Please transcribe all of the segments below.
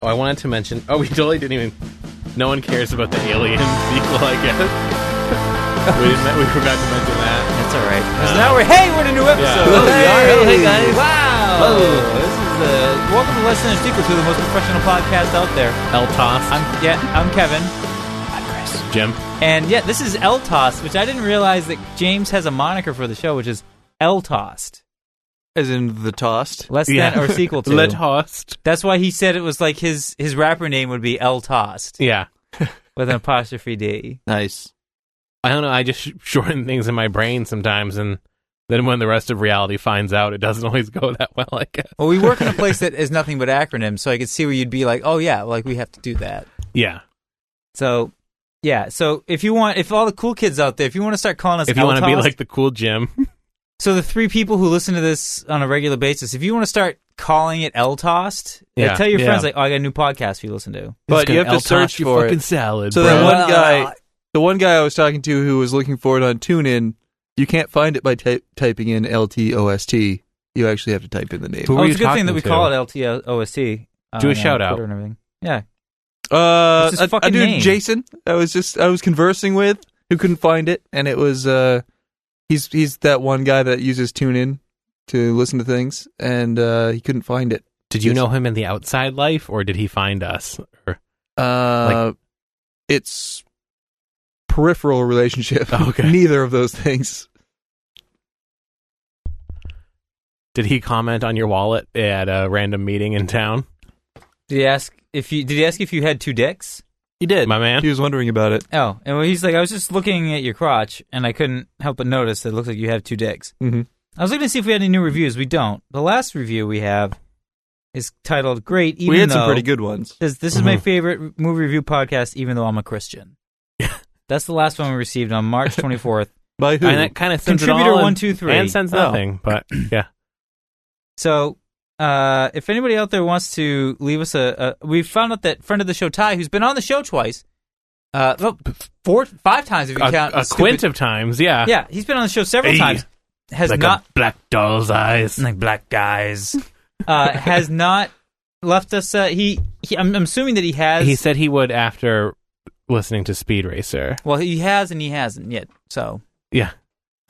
Oh, I wanted to mention. Oh, we totally didn't even. No one cares about the alien sequel, I guess. we, didn't, we forgot to mention that. That's all right. 'Cause Uh, now we're hey, we're in a new episode. Oh, we Hey! are. Oh, hey, guys. Wow. Oh. This is uh, welcome to Less Than a Sequel to the most professional podcast out there. El Toss. I'm yeah, I'm Kevin, Jim. and yeah, this is El Tossed, which I didn't realize that James has a moniker for the show, which is El Tossed, As in the tossed. less Yeah. than or sequel to. Let Host. That's why he said it was like his his rapper name would be El Tossed Yeah. with an apostrophe D. Nice. I don't know. I just sh- shorten things in my brain sometimes, and then when the rest of reality finds out, it doesn't always go that well. I guess. Well, we work in a place that is nothing but acronyms, so I could see where you'd be like, oh yeah, like we have to do that. Yeah. So, yeah. So if you want, if all the cool kids out there, if you want to start calling us, If you want to be Altos, like the cool Jim, so the three people who listen to this on a regular basis, if you want to start calling it L tossed, Yeah, tell your yeah. friends like, oh, I got a new podcast for you to listen to. uh, But you have to search for it. salad. So that Bro. one guy, the one guy I was talking to who was looking for it on TuneIn, you can't find it by ty- typing in LTOST. You actually have to type in the name. Who oh, are it's a you good thing that talking we to? call it LTOST. Do a shout-out. uh, and everything. Yeah. Uh, What's his a, a fucking dude, name? Jason. I was just I was conversing with who couldn't find it, and it was uh, he's he's that one guy that uses TuneIn to listen to things, and uh, he couldn't find it. Did you know him in the outside life, or did he find us? Or, Uh, it's peripheral relationship. Okay. Neither of those things. did he comment on your wallet at a random meeting in town? Did he ask if you? Did he ask if you had two dicks? He did. My man. He was wondering about it. Oh, and well, he's like, I was just looking at your crotch, and I couldn't help but notice that it looks like you have two dicks. Mhm. I was looking to see if we had any new reviews. We don't. The last review we have is titled "Great." Even we had though- some pretty good ones. Says this is my Mhm. favorite movie review podcast, even though I'm a Christian. That's the last one we received on March 24th. By who? And that kind of sends it Contributor all and- one two three and sends Oh. nothing. But yeah, So, uh, if anybody out there wants to leave us a, a, we found out that friend of the show Ty, who's been on the show twice, uh, no, four five times if you a, count a stupid- quint of times. Yeah, Yeah, he's been on the show several Hey. times. Has like not a black doll's eyes. like black guys. uh, has not left us. Uh, he, he, I'm, I'm assuming that he has. He said he would after listening to Speed Racer. well, he has and he hasn't yet. So Yeah,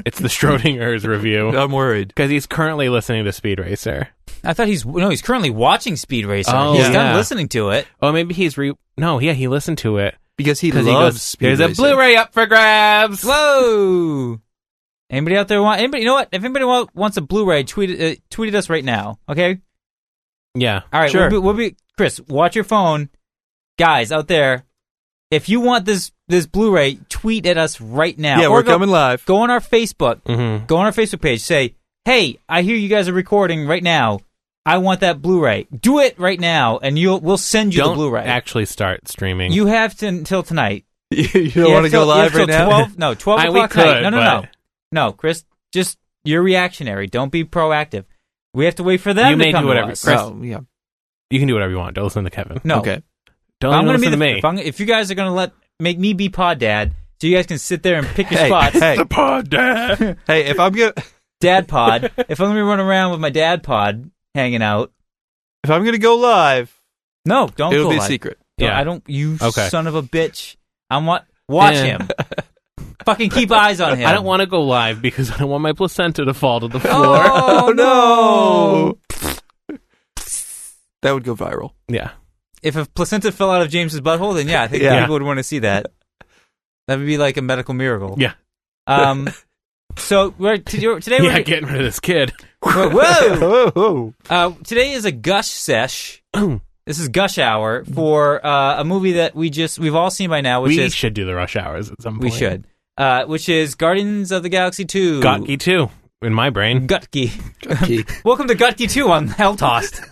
it's the Schrodinger's review I'm worried. because he's currently listening to Speed Racer. I thought he's no, he's currently watching Speed Racer. Oh, he's yeah. done listening to it. Oh, maybe he's re. No, yeah, he listened to it Because he because loves he goes. speed There's a racing. Blu-ray up for grabs. Whoa! Anybody out there want anybody? You know what? If anybody wa- wants a Blu-ray, tweet it- uh, tweet at us right now. Okay. Yeah, All right. Sure. We'll be, we'll be Chris. Watch your phone, guys out there. If you want this this Blu-ray, tweet at us right now. Yeah, Or we're go, coming live. Go on our Facebook. mm-hmm. Go on our Facebook page. Say, hey, I hear you guys are recording right now. I want that Blu-ray. Do it right now, and you'll we'll send you don't the Blu-ray. actually start streaming. you have to until tonight. you don't Yeah, want to go till- yeah, live till right now? 12, no, 12 I- we o'clock night. could, No, no, no. but- No, Chris, just you're reactionary. Don't be proactive. We have to wait for them You to may come do whatever- to us. Chris, Oh, yeah. you can do whatever you want. Don't listen to Kevin. No. Okay. Don't I'm even going to listen be the, to me. If, I'm, if you guys are going to let make me be pod dad, so you guys can sit there and pick your Hey, spots. hey, pod dad. hey, if I'm gonna Dad pod. if I'm going to run around with my dad pod hanging out. if I'm gonna go live, No, don't it'll go be a live. secret. Don't- Yeah. I don't you Okay. son of a bitch. I'm what watch Yeah. him. Fucking keep eyes on him. I don't want to go live because I don't want my placenta to fall to the floor. Oh, no. Oh, that would go viral. Yeah. if a placenta fell out of James's butthole, then yeah, I think Yeah. people would want to see that. That would be like a medical miracle. Yeah. Um. So we're to- today. We're, Yeah, getting rid of this kid. whoa! whoa. whoa. Uh, today is a gush sesh. this is gush hour for uh, a movie that we just we've all seen by now, which we is should do the rush hours at some we point. should, uh, which is Guardians of the Galaxy Two. Gotki too, in my brain. Gutky. oh. Welcome to Gutky Two on Hell Tossed.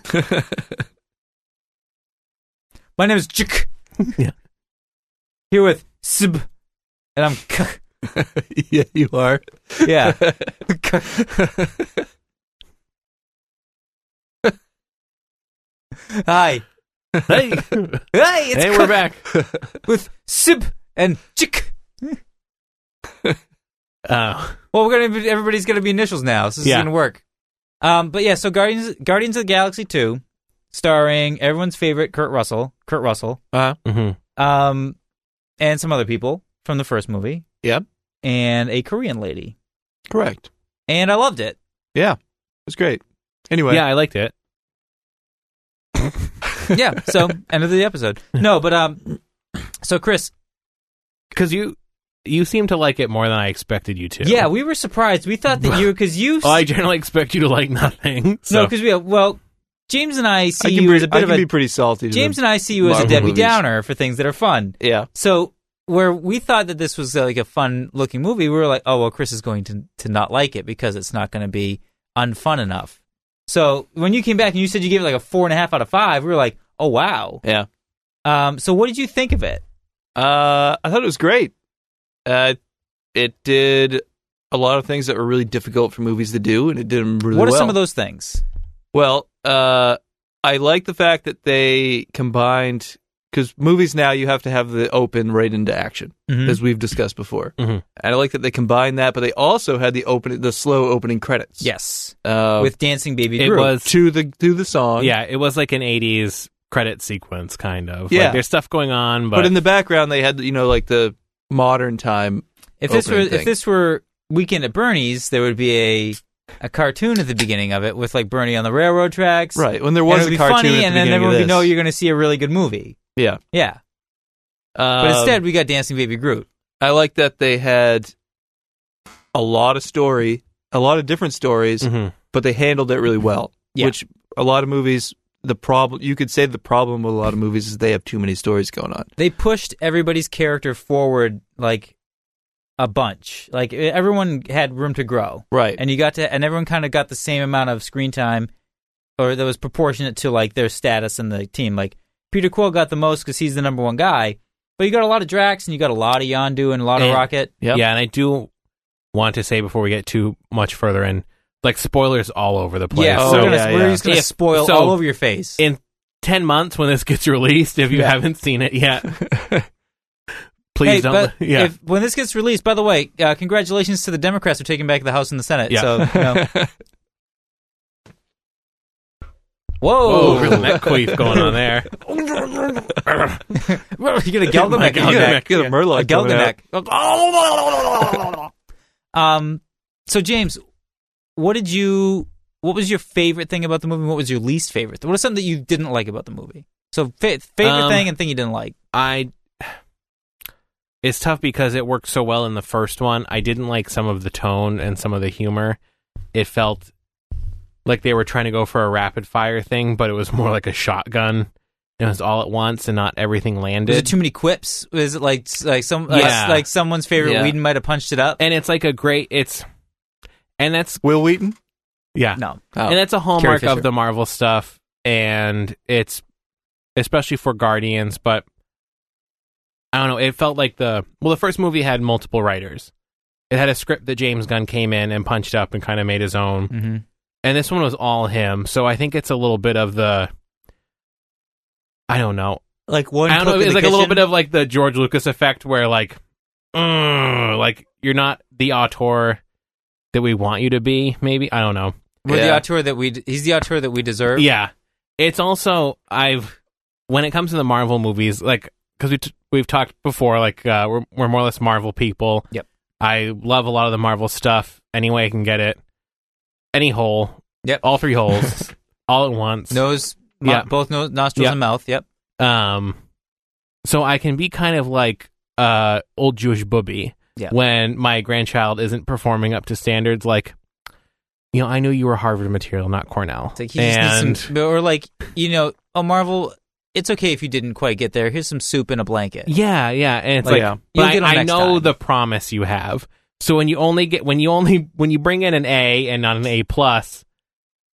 My name is Jik. Yeah. Here with Sib, and I'm K. yeah, you are. Yeah. Hi. hey, Hi, it's hey K we're back. with Sib and Chick. Uh, Well, we're gonna be, everybody's gonna be initials now, so this Yeah. is gonna work. Um, but yeah, so Guardians Guardians of the Galaxy Two starring everyone's favorite Kurt Russell, Kurt Russell, Uh, Mm-hmm. um, and some other people from the first movie. Yep. And a Korean lady, correct. It and I loved it. was great. Anyway, Yeah, I liked it. Yeah. So end of the episode. No, but um, so Chris, Because you you seem to like it more than I expected you to. Oh, yeah, we were surprised. We thought that you because you I generally expect you to like nothing. So. no because we well James and I see I can, you be, as a I bit of can a be pretty salty. to James them. and I see you as a Marvel Debbie movies. Downer for things that are fun. yeah, So where we thought that this was uh, like a fun looking movie, we were like, oh well, Chris is going to to not like it because it's not going to be unfun enough. So when you came back and you said you gave it like a four and a half out of five, we were like, oh wow. yeah. Um, so what did you think of it? Uh, I thought it was great. Uh, it did a lot of things that were really difficult for movies to do, and it did them really what are well. some of those things? Well, uh, I like the fact that they combined because movies now you have to have the open right into action, Mhm. as we've discussed before. Mm-hmm. Mhm. And I like that they combined that, but they also had the open, the slow opening credits. Yes, uh, with dancing baby It Groot. was- to the to the song. yeah, it was like an '80s credit sequence, kind of. Yeah. like, there's stuff going on, but, but in the background they had you know like the modern time. if this were opening if thing. this were Weekend at Bernie's, there would be a a cartoon at the beginning of it with like Bernie on the railroad tracks. Right when there And it was would a be cartoon, funny, at the and then beginning of everyone would this. know you're going to see a really good movie. Yeah, Yeah, but Um, instead we got Dancing Baby Groot. I like that they had a lot of story, a lot of different stories, Mhm. but they handled it really well. Yeah. Which a lot of movies, the problem you could say the problem with a lot of movies is they have too many stories going on. They pushed everybody's character forward like a bunch. Like e- everyone had room to grow, Right. and you got to, and everyone kind of got the same amount of screen time, or that was proportionate to like their status in the team. Like Peter Quill got the most because he's the number one guy, but you got a lot of Drax, and you got a lot of Yondu, and a lot of And- Rocket. Yep. yeah, and I do want to say before we get too much further in, like spoilers all over the place. Yeah, so Oh, so we're, gonna, yeah, we're yeah. just gonna If- spoil so- all over your face. in ten months when this gets released, if you Yeah. haven't seen it yet, please hey, don't. but yeah, if, when this gets released, by the way, uh, congratulations to the Democrats for taking back the House and the Senate. Yeah. So, you know. whoa, oh, really neck queef going on there. Well, you're gonna Oh my Geldeneck. God. Geldeneck. Get a Murloc A coming out. Geldeneck. um, so James, what did you? What was your favorite thing about the movie? What was your least favorite? What is something that you didn't like about the movie? So fa- favorite Um, thing and thing you didn't like. I it's tough because it worked so well in the first one. I didn't like some of the tone and some of the humor. It felt like they were trying to go for a rapid fire thing, but it was more like a shotgun. It was all at once and not everything landed. Was it too many quips? Was it like like some like, Yeah. like someone's favorite Yeah. Whedon might have punched it up? and it's like a great it's and that's Will Wheaton. yeah. No, Oh. And that's a hallmark Fisher. of the Marvel stuff and it's especially for Guardians, but I don't know, it felt like the well the first movie had multiple writers. It had a script that James Gunn came in and punched up and kind of made his own. mm-hmm. And this one was all him, so I think it's a little bit of the I don't know. like one. I don't clip know, in it's the like a little kitchen? bit of like the George Lucas effect where like mm, like you're not the auteur that we want you to be, maybe. I don't know. We're the Yeah. auteur that we. He's the auteur that we deserve. Yeah, it's also I've when it comes to the Marvel movies, like because we t- we've talked before, like uh, we're we're more or less Marvel people. Yep. I love a lot of the Marvel stuff. Any way I can get it, any hole. Yep. all three holes, all at once. Nose. mo- Yeah. Both nose, nostrils Yeah. and mouth. Yep. Um, so I can be kind of like uh old Jewish booby Yeah. when my grandchild isn't performing up to standards, like. You know, I knew you were Harvard material, not Cornell. It's like he just and needs some, or like you know, oh Marvel, it's okay if you didn't quite get there. Here's some soup and a blanket. Yeah, yeah, and it's Like, like, yeah. but You'll I, get 'em I next know time. the promise you have. So when you only get when you only when you bring in an A and not an A plus,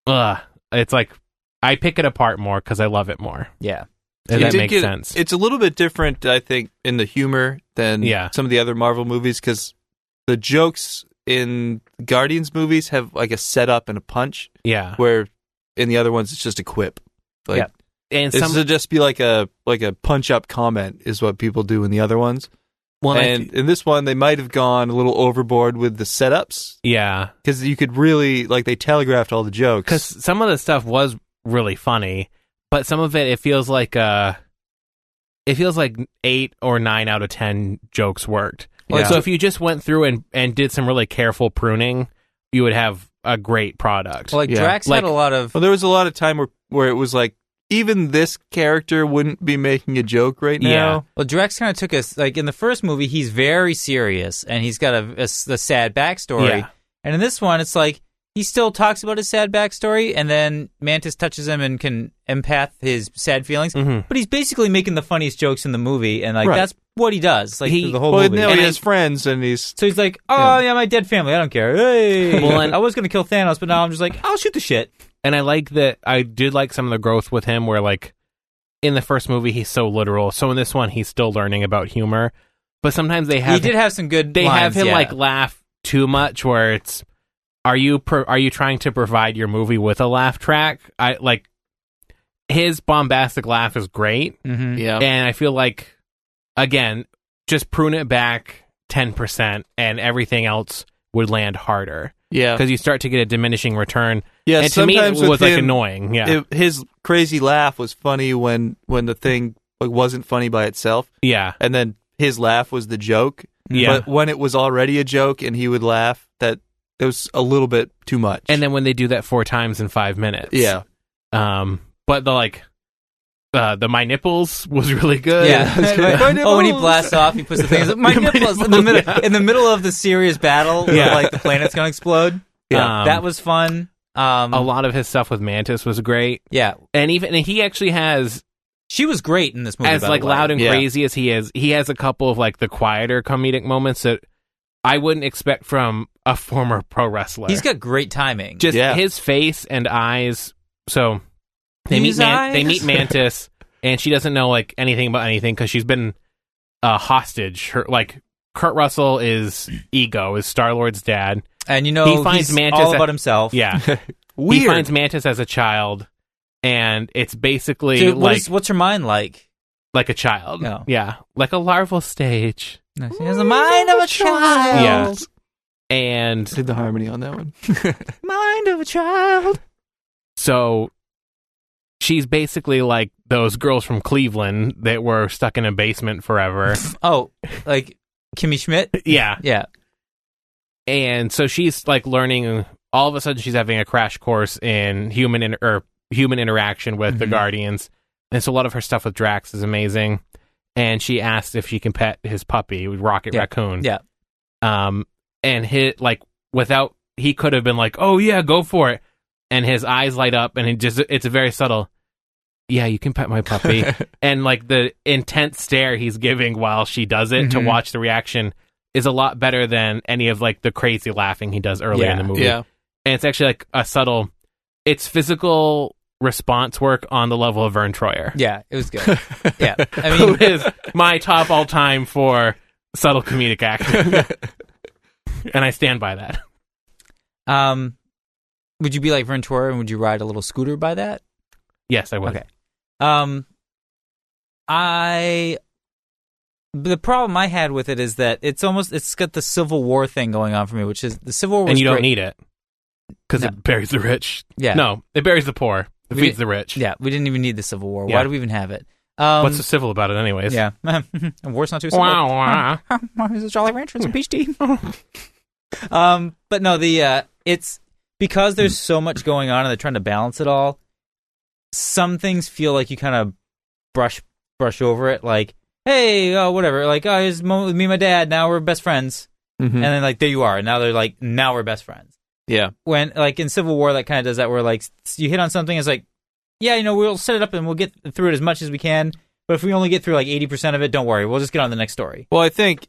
ugh, it's like I pick it apart more because I love it more. Yeah, If It that did makes get- sense. It's a little bit different, I think, in the humor than Yeah. some of the other Marvel movies because the jokes in Guardians movies have like a setup and a punch, yeah, where in the other ones it's just a quip. Like Yeah. and this some will just be like a like a punch up comment is what people do in the other ones. well, I and th- in this one, they might have gone a little overboard with the setups yeah, because you could really like they telegraphed all the jokes. because some of the stuff was really funny, but some of it it feels like uh it feels like eight or nine out of ten jokes worked. Well, So it's- if you just went through and and did some really careful pruning, you would have a great product. Well, like Yeah. Drax Like- had a lot of Well, there was a lot of time where where it was like even this character wouldn't be making a joke right now. Well, Drex kind of took us like in the first movie, he's very serious and he's got a, a s- a sad backstory. Yeah. And in this one, it's like he still talks about his sad backstory, and then Mantis touches him and can empath his sad feelings. Mhm. But he's basically making the funniest jokes in the movie, and like Right. that's what he does, like He- through the whole well, movie. now And he I- has friends and he's so he's like, "Oh Yeah. yeah. my dead family. I don't care. Hey, Well, and- I was gonna kill Thanos, but now I'm just like, I'll shoot the shit." and I like that. I did like some of the growth with him, where like in the first movie he's so literal, so in this one he's still learning about humor. But sometimes they have he did have some good. they lines, have him yeah. like laugh too much, where it's are you pro- are you trying to provide your movie with a laugh track? I like his bombastic laugh is great, Mhm. yeah. and I feel like again just prune it back ten percent, and everything else would land harder Yeah. because you start to get a diminishing return. Yeah, and to me, it sometimes with was like him, annoying. Yeah, it- his crazy laugh was funny when when the thing like wasn't funny by itself, yeah. and then his laugh was the joke. Yeah. But when it was already a joke and he would laugh, that it was a little bit too much. and then when they do that four times in five minutes, yeah, Um, but the like, uh, the my nipples was really good. Yeah. My oh, when he nipples. blasts off, he puts the things. My Yeah, my nipples in the nipples, middle yeah. in the middle of the serious battle. where, Yeah. like the planet's gonna explode. Yeah. Um, that was fun. Um, a lot of his stuff with Mantis was great, Yeah, and even and he actually has she was great in this movie. by as the like way. loud and Yeah. crazy as he is. He has a couple of like the quieter comedic moments that I wouldn't expect from a former pro wrestler. He's got great timing. just Yeah. his face and eyes. So they meet His Man- they eyes. meet Mantis, and she doesn't know like anything about anything because she's been a hostage. Her like Kurt Russell is ego is Star Lord's dad. and you know, he finds he's Mantis all at- about himself. Yeah, weird. he finds Mantis as a child, and it's basically Dude, what like is- what's her mind like? like a child. No. Yeah, like a larval stage. She has the mind of a child. Yeah. And Did the harmony on that one? Mind of a child. so she's basically like those girls from Cleveland that were stuck in a basement forever. Oh, like Kimmy Schmidt. yeah. Yeah, and so she's like learning all of a sudden she's having a crash course in human in- or human interaction with the Mhm. guardians and so a lot of her stuff with drax is amazing and she asked if she can pet his puppy rocket Yeah. raccoon Yeah. um and hit like without he could have been like oh yeah go for it and his eyes light up and it just it's very subtle yeah you can pet my puppy and like the intense stare he's giving while she does it to Mhm. watch the reaction is a lot better than any of like the crazy laughing he does earlier in the Yeah. movie. And it's actually like a subtle it's physical response work on the level of Vern Troyer. yeah, it was good. Yeah, I Who mean, is my top all time for subtle comedic acting. Mm-hmm. and I stand by that. um, would you be like Ventura and would you ride a little scooter by that? Yes, I would. Okay. Um, I the problem I had with it is that it's almost it's got the Civil War thing going on for me, which is the Civil War. Was And you don't great. need it. Because No. it buries the rich. yeah, No, it buries the poor. It We feeds did- the rich. yeah. We didn't even need the Civil War. Yeah. Why do we even have it? Um, What's so civil about it anyways? yeah, and war's not too civil. Wow, wow. It's a Jolly Rancher and some peach tea. Hmm. um, but no, the uh, it's because there's so much going on and they're trying to balance it all. Some things feel like you kind of brush brush over it, like hey, oh whatever, like oh, here's a moment with me and my dad. Now we're best friends, Mhm. and then like there you are. And now they're like now we're best friends. yeah. When like in Civil War, that kind of does that where like s- you hit on something, it's like yeah, you know we'll set it up and we'll get through it as much as we can. But if we only get through like eighty percent of it, don't worry, we'll just get on to the next story. Well, I think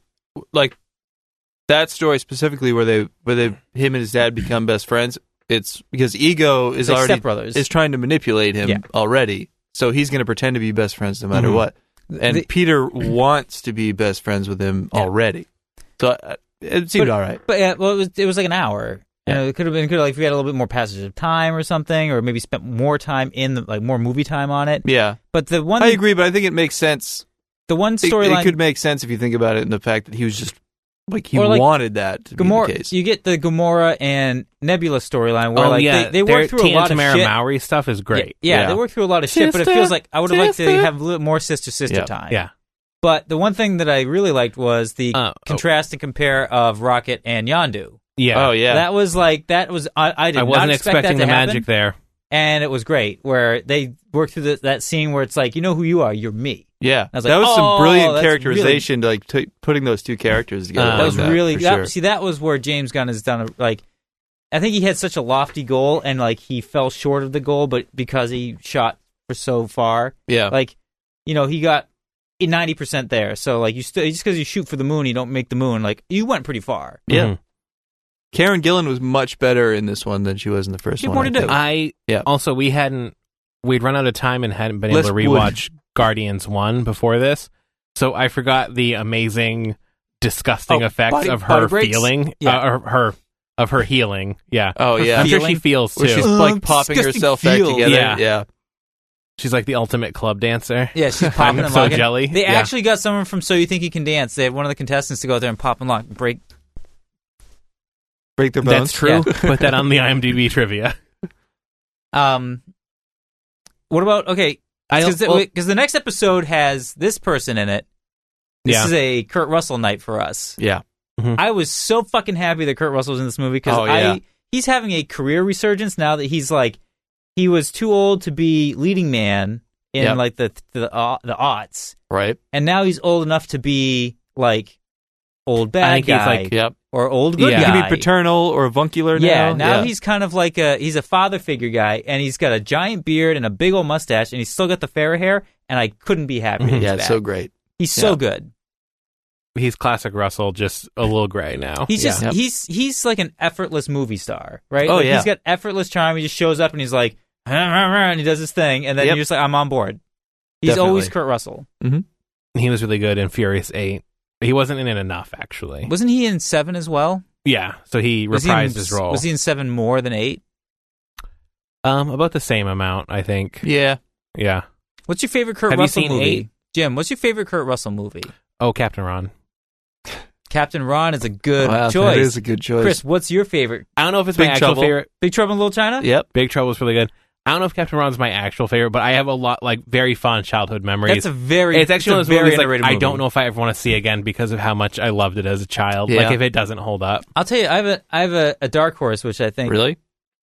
like that story specifically where they where they him and his dad become best friends. It's because ego is It's like already Step Brothers. is trying to manipulate him Yeah. Mm-hmm. already, so he's going to pretend to be best friends no matter Mhm. what. And The- Peter wants to be best friends with him Yeah. already, so uh, it seemed all right. But yeah, well, it was it was like an hour. You Yeah. know, it could have been could have like if we had a little bit more passage of time or something, or maybe spent more time in the like more movie time on it. Yeah, But the one I agree, but I think it makes sense. the one It, it storyline could make sense if you think about it in the fact that he was just Like he Or, like, wanted that to Gamora, be the case. you get the Gamora and Nebula storyline where oh like yeah, they, they their work through a Tia lot and Tamara of shit. Maori stuff is great. Yeah, yeah, they work through a lot of shit, but it Sister, feels like I would have liked to sister. have a little more sister sister Yeah, time. yeah. But the one thing that I really liked was the Uh, oh, contrast and compare of Rocket and Yondu. yeah. Oh yeah. That was like that was I, I did I wasn't not expect expecting that the to happen, magic there. and it was great where they worked through the, that scene where it's like you know who you are, you're me. yeah. I was that like, oh, was some brilliant that's characterization to like t- putting those two characters together. Uh, like that was really for that- sure. see that was where James Gunn has done a, like I think he had such a lofty goal and like he fell short of the goal, but because he shot for so far, Yeah. like you know he got ninety percent there. So like you still just because you shoot for the moon, you don't make the moon. Like you went pretty far. Yeah. Mhm. Karen Gillan was much better in this one than she was in the first She one. wanted to- I think. I Yeah. also we hadn't we'd run out of time and hadn't been Less able to wood. rewatch Guardians One before this, so I forgot the amazing, disgusting Oh, effects body- of body her breaks. feeling, Yeah. uh, or her of her healing. Yeah, Oh yeah. I'm sure she Feeling? feels too. Where she's She's, Um, like popping disgusting herself back feel. together. Yeah. yeah. like the ultimate club dancer. Yeah, she's I'm popping and so locking. jelly. They Yeah. actually got someone from So You Think You Can Dance. They had one of the contestants to go out there and pop and lock, break. Break their That's bones. true. Put that on the IMDb trivia. Um, what about okay? I Because well, the next episode has this person in it. This Yeah. Mm-hmm. is a Kurt Russell night for us. Yeah. I was so fucking happy that Kurt Russell was in this movie because Oh, yeah. I he's having a career resurgence now that he's like he was too old to be leading man in Yep. like the the uh, the aughts, Right. and now he's old enough to be like old bad think he's, guy like, Yep. or old good Yeah. He guy. can be paternal or avuncular yeah, now. now he's kind of like a he's a father figure guy, and he's got a giant beard and a big old mustache, and he's still got the fair hair. And I couldn't be happy. Mhm. Mm-hmm. Yeah, it's so great. He's Yeah. so good. he's classic Russell, just a little gray now. He's Yeah. just Yep. he's he's like an effortless movie star, right? Oh, Like, yeah. he's got effortless charm. He just shows up and he's like, "Rah, rah, rah," and he does his thing, and then Yep. you're just like, I'm on board. He's Definitely. always Kurt Russell. Mm-hmm. he was really good in Furious Eight. He wasn't in it enough, actually. Wasn't he in Seven as well? yeah, so he Was he in- reprised his role. Was he in Seven more than eight? um, about the same amount, I think. Yeah. Yeah. What's your favorite Kurt Have you Russell seen movie? eight? Jim, what's your favorite Kurt Russell movie? Oh, Captain Ron. Captain Ron is a good Wow, choice. That is a good choice. Chris, what's your favorite? I don't know if it's Big my actual Trouble. favorite. Big Trouble in Little China? Yep. Big Trouble is really good. I don't know if Captain Ron's my actual favorite, but I have a lot like very fond childhood memories. That's a very it's actually one it's of a those very movies like, underrated I movie. don't know if I ever want to see again because of how much I loved it as a child. Yeah. Like if it doesn't hold up. I'll tell you, I have a I have a, a dark horse, which I think Really?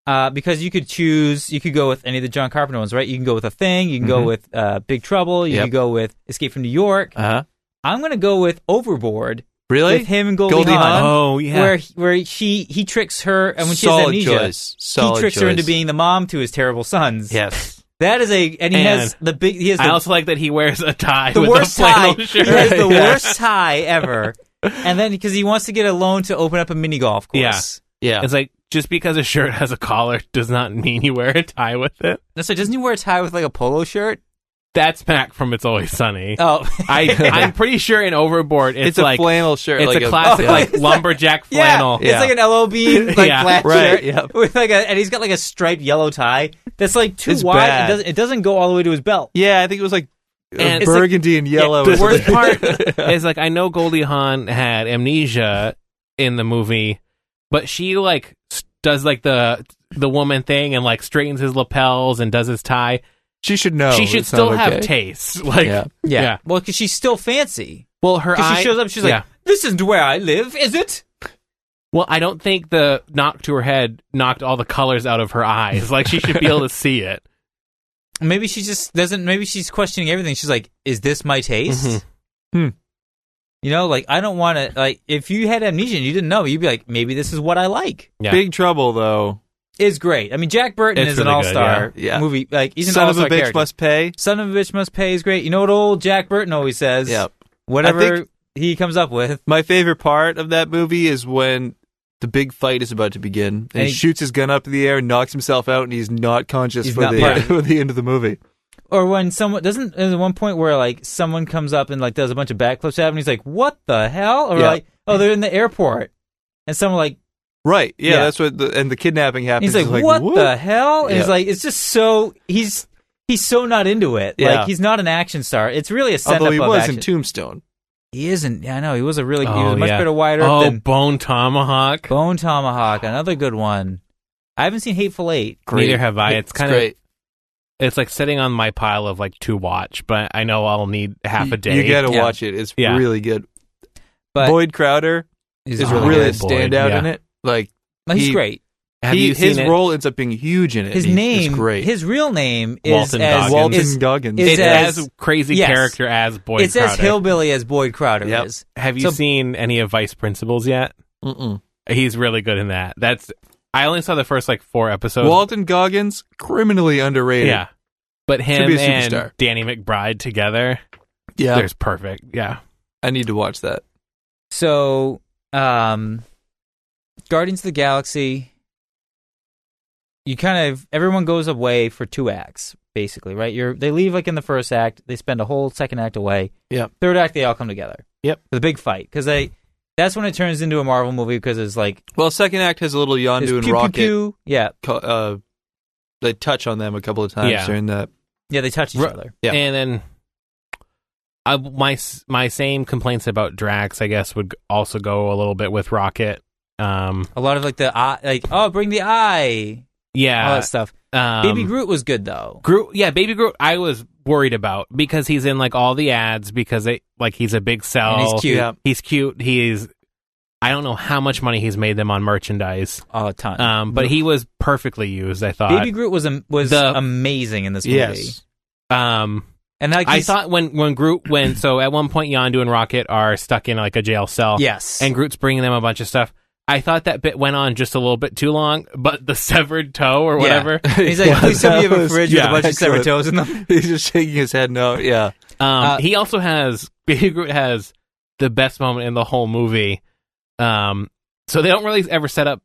uh, because you could choose. You could go with any of the John Carpenter ones, right? You can go with a thing. You can go Mm-hmm. Mhm. with uh, Big Trouble. You Yep. can go with Escape from New York. Uh huh. I'm gonna go with Overboard Really? with him and Goldie, Goldie Hawn, Hawn? Oh yeah. Um, where he- where she he tricks her, and when she has Solid amnesia, choice. Solid he tricks her choice. into being the mom to his terrible sons. Yes. that is a and he has the big. He has the, I also like that he wears a tie the with worst a tie. flannel He shirt. has the Yeah. worst tie ever. And then because he wants to get a loan to open up a mini golf course. Yeah. Yeah. It's like just because a shirt has a collar does not mean you wear a tie with it. No, so doesn't he wear a tie with like a polo shirt? That's Mac from It's Always Sunny. Oh, I I'm pretty sure in Overboard it's, It's, a like flannel shirt. it's like a classic yeah. like lumberjack yeah, flannel. It's like an LOB like Yeah. black Right, shirt yep. with like a, and he's got like a striped yellow tie that's like too It's wide. bad. It doesn't it doesn't go all the way to his belt. Yeah, I think it was like uh, And- It's like- burgundy and yellow. The or worst something. part is like I know Goldie Hawn had amnesia in the movie, but she like s- does like the the woman thing and like straightens his lapels and does his tie. she should know. she should Oh, It's not still have okay. taste. Like, Yeah. Yeah. Yeah. Well, because she's still fancy. well, her 'Cause eye. she shows up, she's yeah. like, "This isn't where I live, is it?" well, I don't think the knock to her head knocked all the colors out of her eyes. Like she should be able to see it. Maybe she just doesn't. Maybe she's questioning everything. She's like, "Is this my taste?" Mhm. Hmm. You know, like I don't want to. Like, if you had amnesia and you didn't know, you'd be like, "Maybe this is what I like." Yeah. Big trouble though. Is great. I mean, Jack Burton It's is an really good, all-star yeah. Yeah. movie. Like, he's an Son of a all-star bitch character. must pay. Son of a bitch must pay is great. You know what old Jack Burton always says? Yep. I Whatever think- he comes up with. My favorite part of that movie is when the big fight is about to begin, and, And he, he- shoots his gun up in the air, knocks himself out, and he's not conscious He's for not part the, of for the end of the movie. Or when someone doesn't there's one point where like someone comes up and like does a bunch of backflips at him and he's like, What the hell? Or Yeah. like, oh, they're in the airport. And someone like Right? Yeah, Yeah. that's what. The, and the kidnapping and happens. he's like, what, the hell? And Yeah. he's like, it's just so he's he's so not into it. Yeah. Like he's not an action star. It's really a send Although up he of was action. in Tombstone. He isn't. Yeah, I know. He was a really he was Oh, a much yeah. better wide earth Oh, than Bone Tomahawk. Bone Tomahawk. Another good one. I haven't seen Hateful Eight. Neither have I. It's kind of great. it's like sitting on my pile of like to watch, but I know I'll need half You- a day. You gotta Yeah. watch it. It's Yeah. really good. But Boyd Crowder he's is really really, a good. standout Boyd, in it. Like No, he's He- great. Have he- you seen his it? role ends up being huge in it. His He- name, is great. his real name is Walton as Goggins. Walton is- Goggins. is It's as- as, crazy yes. character as Boyd it's as Crowder. hillbilly as Boyd Crowder Yep. is. Have you So- seen any of Vice Principals yet? Mm-mm. He's really good in that. That's I only saw the first like four episodes. Walton Goggins, criminally underrated. yeah, but Should him be a and superstar. Danny McBride together, yeah. there's perfect. Yeah, I need to watch that. So, um, Guardians of the Galaxy, you kind of everyone goes away for two acts, basically, right? You're they leave like in the first act, they spend a whole second act away. Yep. Third act, they all come together. Yep. For the big fight, because they that's when it turns into a Marvel movie because it's like Well, second act has a little Yondu it's pew, and pew, Rocket. pew. Yeah, co- Uh, they touch on them a couple of times Yeah. during that. yeah, they touch each Ru- other. Yeah. and then I, my s- my same complaints about Drax, I guess, would g- also go a little bit with Rocket. Um, A lot of like the eye, like oh, bring the eye, all yeah, that stuff. um, Uh, Baby Groot was good though. Groot, yeah, Baby Groot. I was worried about because he's in like all the ads because they like he's a big sell. And he's cute. Yeah. He's cute. He's I don't know how much money he's made them on merchandise, Oh, a ton. um, but he was perfectly used. I thought. Baby Groot was am- was The- amazing in this movie. Yes. um, And like I he's- thought when when Groot when so at one point Yondu and Rocket are stuck in like a jail Oh, cell. yes, and Groot's bringing them a bunch of stuff. I thought that bit went on just a little bit too long, but the severed toe or Yeah. whatever. He's like, Yeah, please tell me you have that a was- fridge yeah, with a bunch of severed excellent. toes in them. He's just shaking his head no. Yeah. Um, Uh, he also has Baby Groot has the best moment in the whole movie. Um, so they don't really ever set up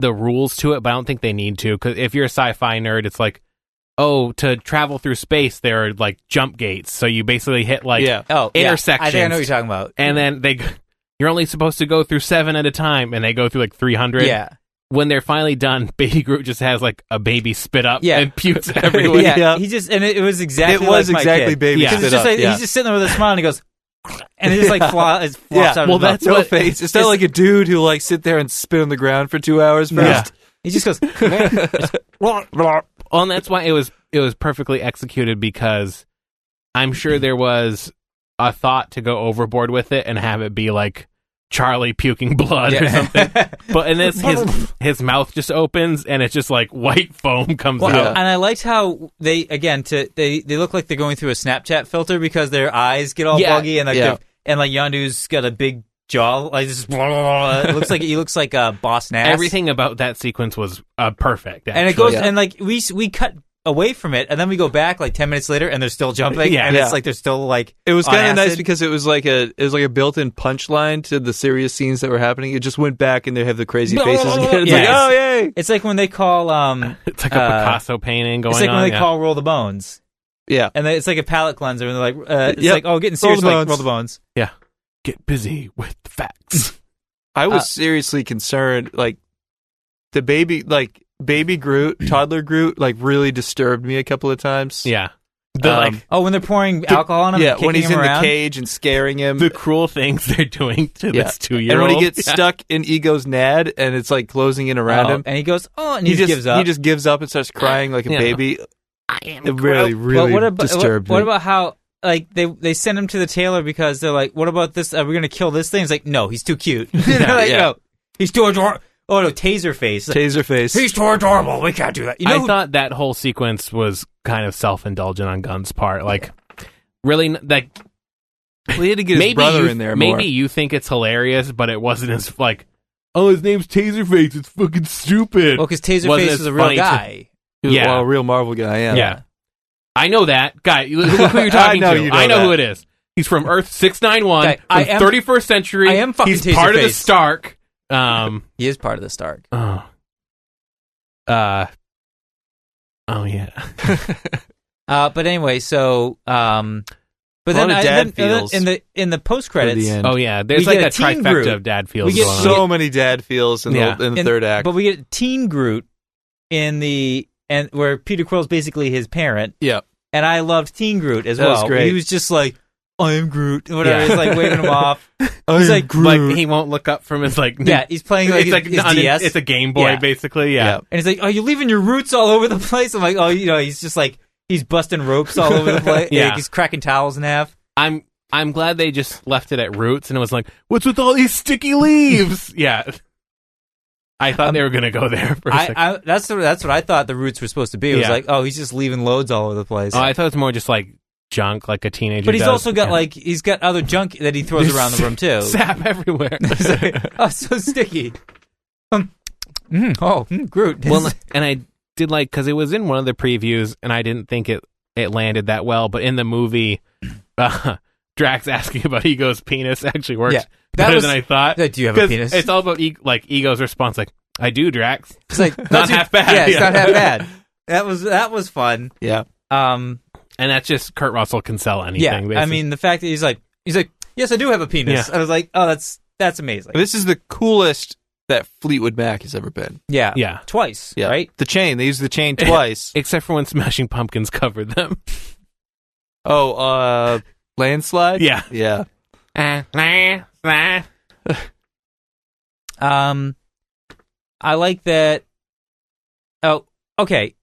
the rules to it, but I don't think they need to because if you're a sci-fi nerd, it's like, oh, to travel through space there are like jump gates, so you basically hit like, yeah. Oh, yeah. I think I Intersections. know what you're talking about. and then they g- you're only supposed to go through seven at a time, and they go through like three hundred. yeah, when they're finally done, Baby Groot just has like a baby spit up Yeah. and pukes everywhere. yeah, Yeah. He just and it, it was It exactly was like my exactly kid. baby Yeah. 'Cause spit it's just up, like, yeah. he's just sitting there with a smile and he goes, and it just like Yeah. flops, it flops Yeah. out. of Well, his mouth. that's no what- face. It's not like a dude who like sit there and spit on the ground for two hours Yeah. first. he just goes. "Meh." Well, and that's why it was it was perfectly executed because I'm sure there was a thought to go overboard with it and have it be like Charlie puking blood or Yeah. something. But in this, his his mouth just opens and it's just like white foam comes Well, out. and I liked how they again to they they look like they're going through a Snapchat filter because their eyes get all Yeah. buggy and like Yeah. their- and like Yondu's got a big jaw like just blah, blah, blah. It looks like he looks like a boss nass. Everything about that sequence was uh, perfect. and it actually. goes Yeah. and like we s- we cut away from it and then we go back like 10 minutes later and they're still jumping Yeah. and Yeah. it's like they're still like It was on kind of nice acid. because it was like a it was like a built-in punchline to the serious scenes that were happening. It just went back and they have the crazy faces again. It's like, Yes. oh yay, it's like when they call um it's like a uh, Picasso painting going it's like on. when they yeah. call roll the bones yeah. and they, it's like a palate cleanser and they're like uh, it's Yep. like oh getting Roll serious the like bones. roll the bones Get busy with the facts. I was Uh, seriously concerned. Like the baby, like baby Groot, toddler Groot, like really disturbed me a couple of times. yeah. The, Um, like oh when they're pouring alcohol on him yeah. and kicking When he's him in around. the cage and scaring him, the cruel things they're doing to Yeah. this two year and old. when he gets stuck in Ego's nad, and it's like closing in around Oh, him, and he goes oh and he, he, just gives up he just gives up and starts crying like a Yeah. baby. I am It really, really But what about disturbed what, what me. about how like they they send him to the tailor because they're like, what about this? Are we gonna kill this thing? He's like, no, he's too cute. You know, like, yeah. no, he's too adorable. Oh no, taser face. Like, Taser face. he's too adorable. We can't do that. You know, I who- thought that whole sequence was kind of self indulgent on Gunn's part. Like, really, n- like We had to get his maybe brother you, in there. maybe more. you think it's hilarious, but it wasn't as like, oh, his name's Taserface. It's fucking stupid. well, because taser Wasn't face as is a real funny to- guy. He was, Yeah. well, a real Marvel guy. Yeah. yeah. I know that guy. You- Look who you're talking I know to. you know I know that. who it is. He's from Earth six nine one. Okay, I am- Thirty first century. I am fucking He's part of the Taserface. Stark. Um. he is part of the Stark. Oh. Uh. Oh yeah. Uh, but anyway, so um, but A lot then, of I, dad then, and then feels in the in the post credits, For the end. Oh yeah. There's We like get a, a teen trifecta group. of dad feels We get going on. so many dad feels in the, Yeah. in the In- third act. but we get Teen Groot in the and where Peter Quill's basically his parent. yeah. and I loved Teen Groot as That was well. great. He was just like, I am Groot, or whatever. Yeah. He's like waving him off. I'm like- Like he won't look up from his like Yeah, he's playing like, it's his, like his on- DS. it's a Game Boy Yeah. basically. Yeah. And he's like, "Oh, you're leaving your roots all over the place." I'm like, "Oh, you know, he's just like he's busting ropes all over the place. Yeah. Like, he's cracking towels in half." I'm I'm glad they just left it at roots and it was like, what's with all these sticky leaves? yeah. I thought they were gonna go there for a Um, I, second. I that's the, that's what I thought the roots were supposed to be. It was Yeah. like, "Oh, he's just leaving loads all over the place." oh, I thought it was more just like junk, like a teenager. but he's does. also got Yeah. like he's got other junk that he throws around the room too. sap everywhere. It's like, oh, so sticky. Um, mm, oh, mm, Groot. well, and I did like because it was in one of the previews, and I didn't think it it landed that well. But in the movie, uh, Drax asking about Ego's penis actually works Yeah, that better was- than I thought. do you have a 'Cause penis? It's all about e- like Ego's response, like I do, Drax. It's like not half bad, Yeah, it's yeah. not half bad. That was that was fun. yeah. Um, And that's just Kurt Russell can sell anything. yeah, I basically. mean the fact that he's like he's like yes, I do have a penis. I was like, oh, that's that's amazing. This is the coolest that Fleetwood Mac has ever been. Yeah, yeah. twice. Yeah. right. The chain. They used the chain twice. Except for when Smashing Pumpkins covered them. oh, uh, landslide. Yeah. Yeah. yeah, Um, I like that. Oh, okay.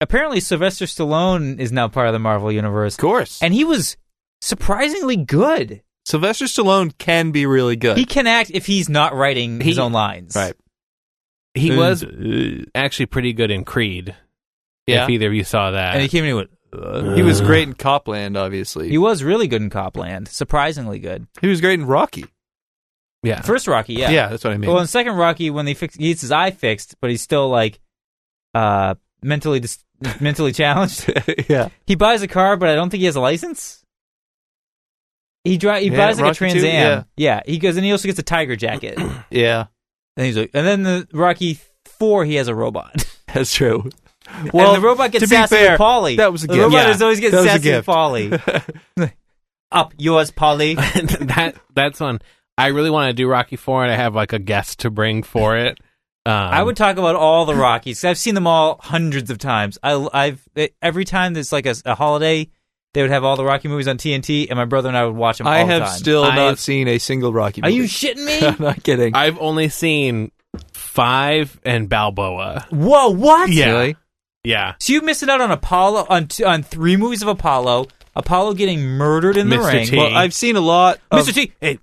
Apparently, Sylvester Stallone is now part of the Marvel universe, Of course. and he was surprisingly good. Sylvester Stallone can be really good. He can act if he's not writing his He- own lines. right. he And, was uh, actually pretty good in Creed. yeah. If either of you saw And he that, came in with uh, He was great in Copland, obviously. he was really good in Copland, surprisingly good. He was great in Rocky. yeah, First Rocky, yeah. that's what I mean. Well, in second Rocky, when they fix, he gets his eye fixed, but he's still like uh, mentally dis- mentally challenged. yeah. He buys a car, but I don't think he has a license. He drives. He Yeah, buys like a Rocky Trans Am. two, yeah. He goes, and he also gets a tiger jacket. and Yeah. he's like, and then the Rocky four, he has a robot. That's true. and the robot gets to be sassy fair, with Polly. that was a the gift. robot Yeah. is always getting That was a sassy with gift. Polly. Up yours, Polly. that that's one I really want to do Rocky Four, and I have like a guest to bring for it. Um, I would talk about all the Rockies. I've seen them all hundreds of times. I, I've eh, every time there's like a, a holiday, they would have all the Rocky movies on TNT, and my brother and I would watch them. I all the have time. still I- not seen a single Rocky Are movie. you shitting I'm me? not kidding. I've only seen five and Balboa. Whoa, what? Yeah. Really? Yeah, So you missing out on Apollo on t- on three movies of Apollo. Apollo getting murdered in the Mr. ring. T. Oh. Well, Well, I've seen a lot of Mr. T. Hey,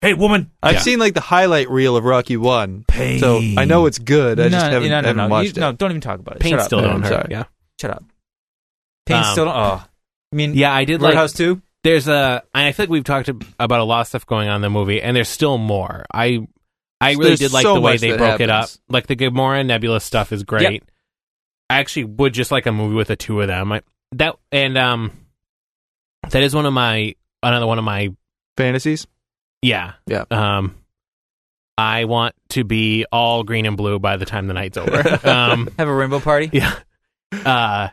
hey, woman. I've Yeah. seen like the highlight reel of Rocky 1. So I know it's good. I just no, haven't, no, no, haven't no. watched You- No, don't even talk about it. pain Shut still up. Yeah, don't I'm hurt. sorry. Yeah, Shut up. Pain Um, still don't. Oh, I mean, yeah. I did like. Roadhouse too. there's a. and I feel like we've talked ab- about a lot of stuff going on in the movie, and there's still more. I I really There's did like so the way much they that broke it up. happens. Like the Gamora and Nebula stuff is great. I actually would just like a movie with the two of them. I, that and um, that is one of my another one of my Fantasies? Yeah. Yeah. Um, I want to be all green and blue by the time the night's over. um, Have a rainbow party. yeah. Uh,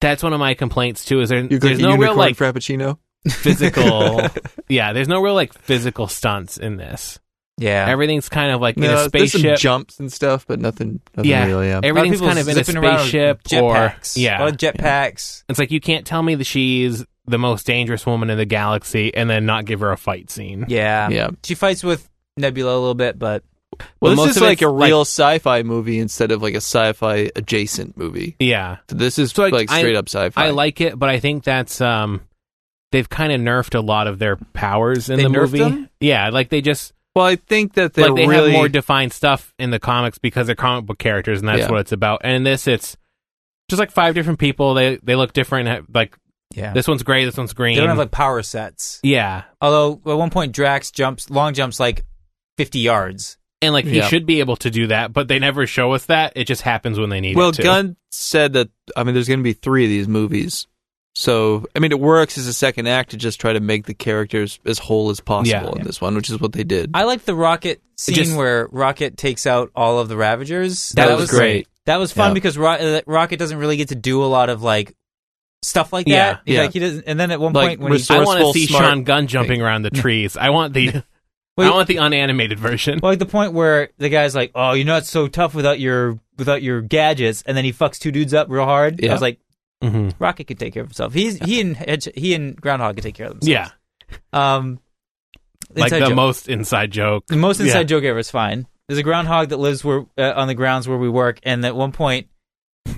that's one of my complaints too. Is there, You got there's no unicorn real like frappuccino? physical. yeah, there's no real like physical stunts in this. Yeah. Everything's kind of like in No, a there's some spaceship. jumps and stuff, but nothing, nothing Yeah. really. Yeah. A lot Everything's people kind of in a zipping around with spaceship or jetpacks. a yeah. lot of jetpacks. it's like you can't tell me that she's the most dangerous woman in the galaxy and then not give her a fight scene. Yeah. yeah. she fights with Nebula a little bit, but But Well, most this is of like it's a real sci-fi movie instead of like a sci-fi adjacent movie. Yeah. So this is So, like, like, I- straight up sci-fi. I like it, but I think that's um they've kind of nerfed a lot of their powers in They the nerfed movie. them? Yeah, like they just Well, I think that they're like they really have more defined stuff in the comics because they're comic book characters and that's Yeah. what it's about. And in this it's just like five different people. They they look different. ha- Like yeah, this one's gray, this one's they green. don't have like power sets. yeah, Although at one point Drax jumps long jumps like fifty yards. and like he Yeah. should be able to do that, but they never show us that. It just happens when they need Well, it. to. Gunn said that I mean there's going to be 3 of these movies. So, I mean it works as a second act to just try to make the characters as whole as possible Yeah. in this one, which is what they did. I like the Rocket scene just- where Rocket takes out all of the Ravagers. That was great. That was fun Yeah. because Ro- uh, Rocket doesn't really get to do a lot of like stuff like that. Yeah. He's Yeah. Like he doesn't. And then at one Like, point when I he resource- want to Resourceful, see smart Sean Gunn jumping around the trees. I want the I Well, want the unanimated version. Well, like the point where the guy's like, "Oh, you're not so tough without your without your gadgets," and then he fucks two dudes up real hard. I Yeah. was like, Mm-hmm. Rocket could take care of himself. He's he and Hedge- he and Groundhog could take care of themselves. Yeah, Um, like inside the joke. most inside joke. The most inside Yeah. joke ever is fine. There's a groundhog that lives where uh, on the grounds where we work, and at one point,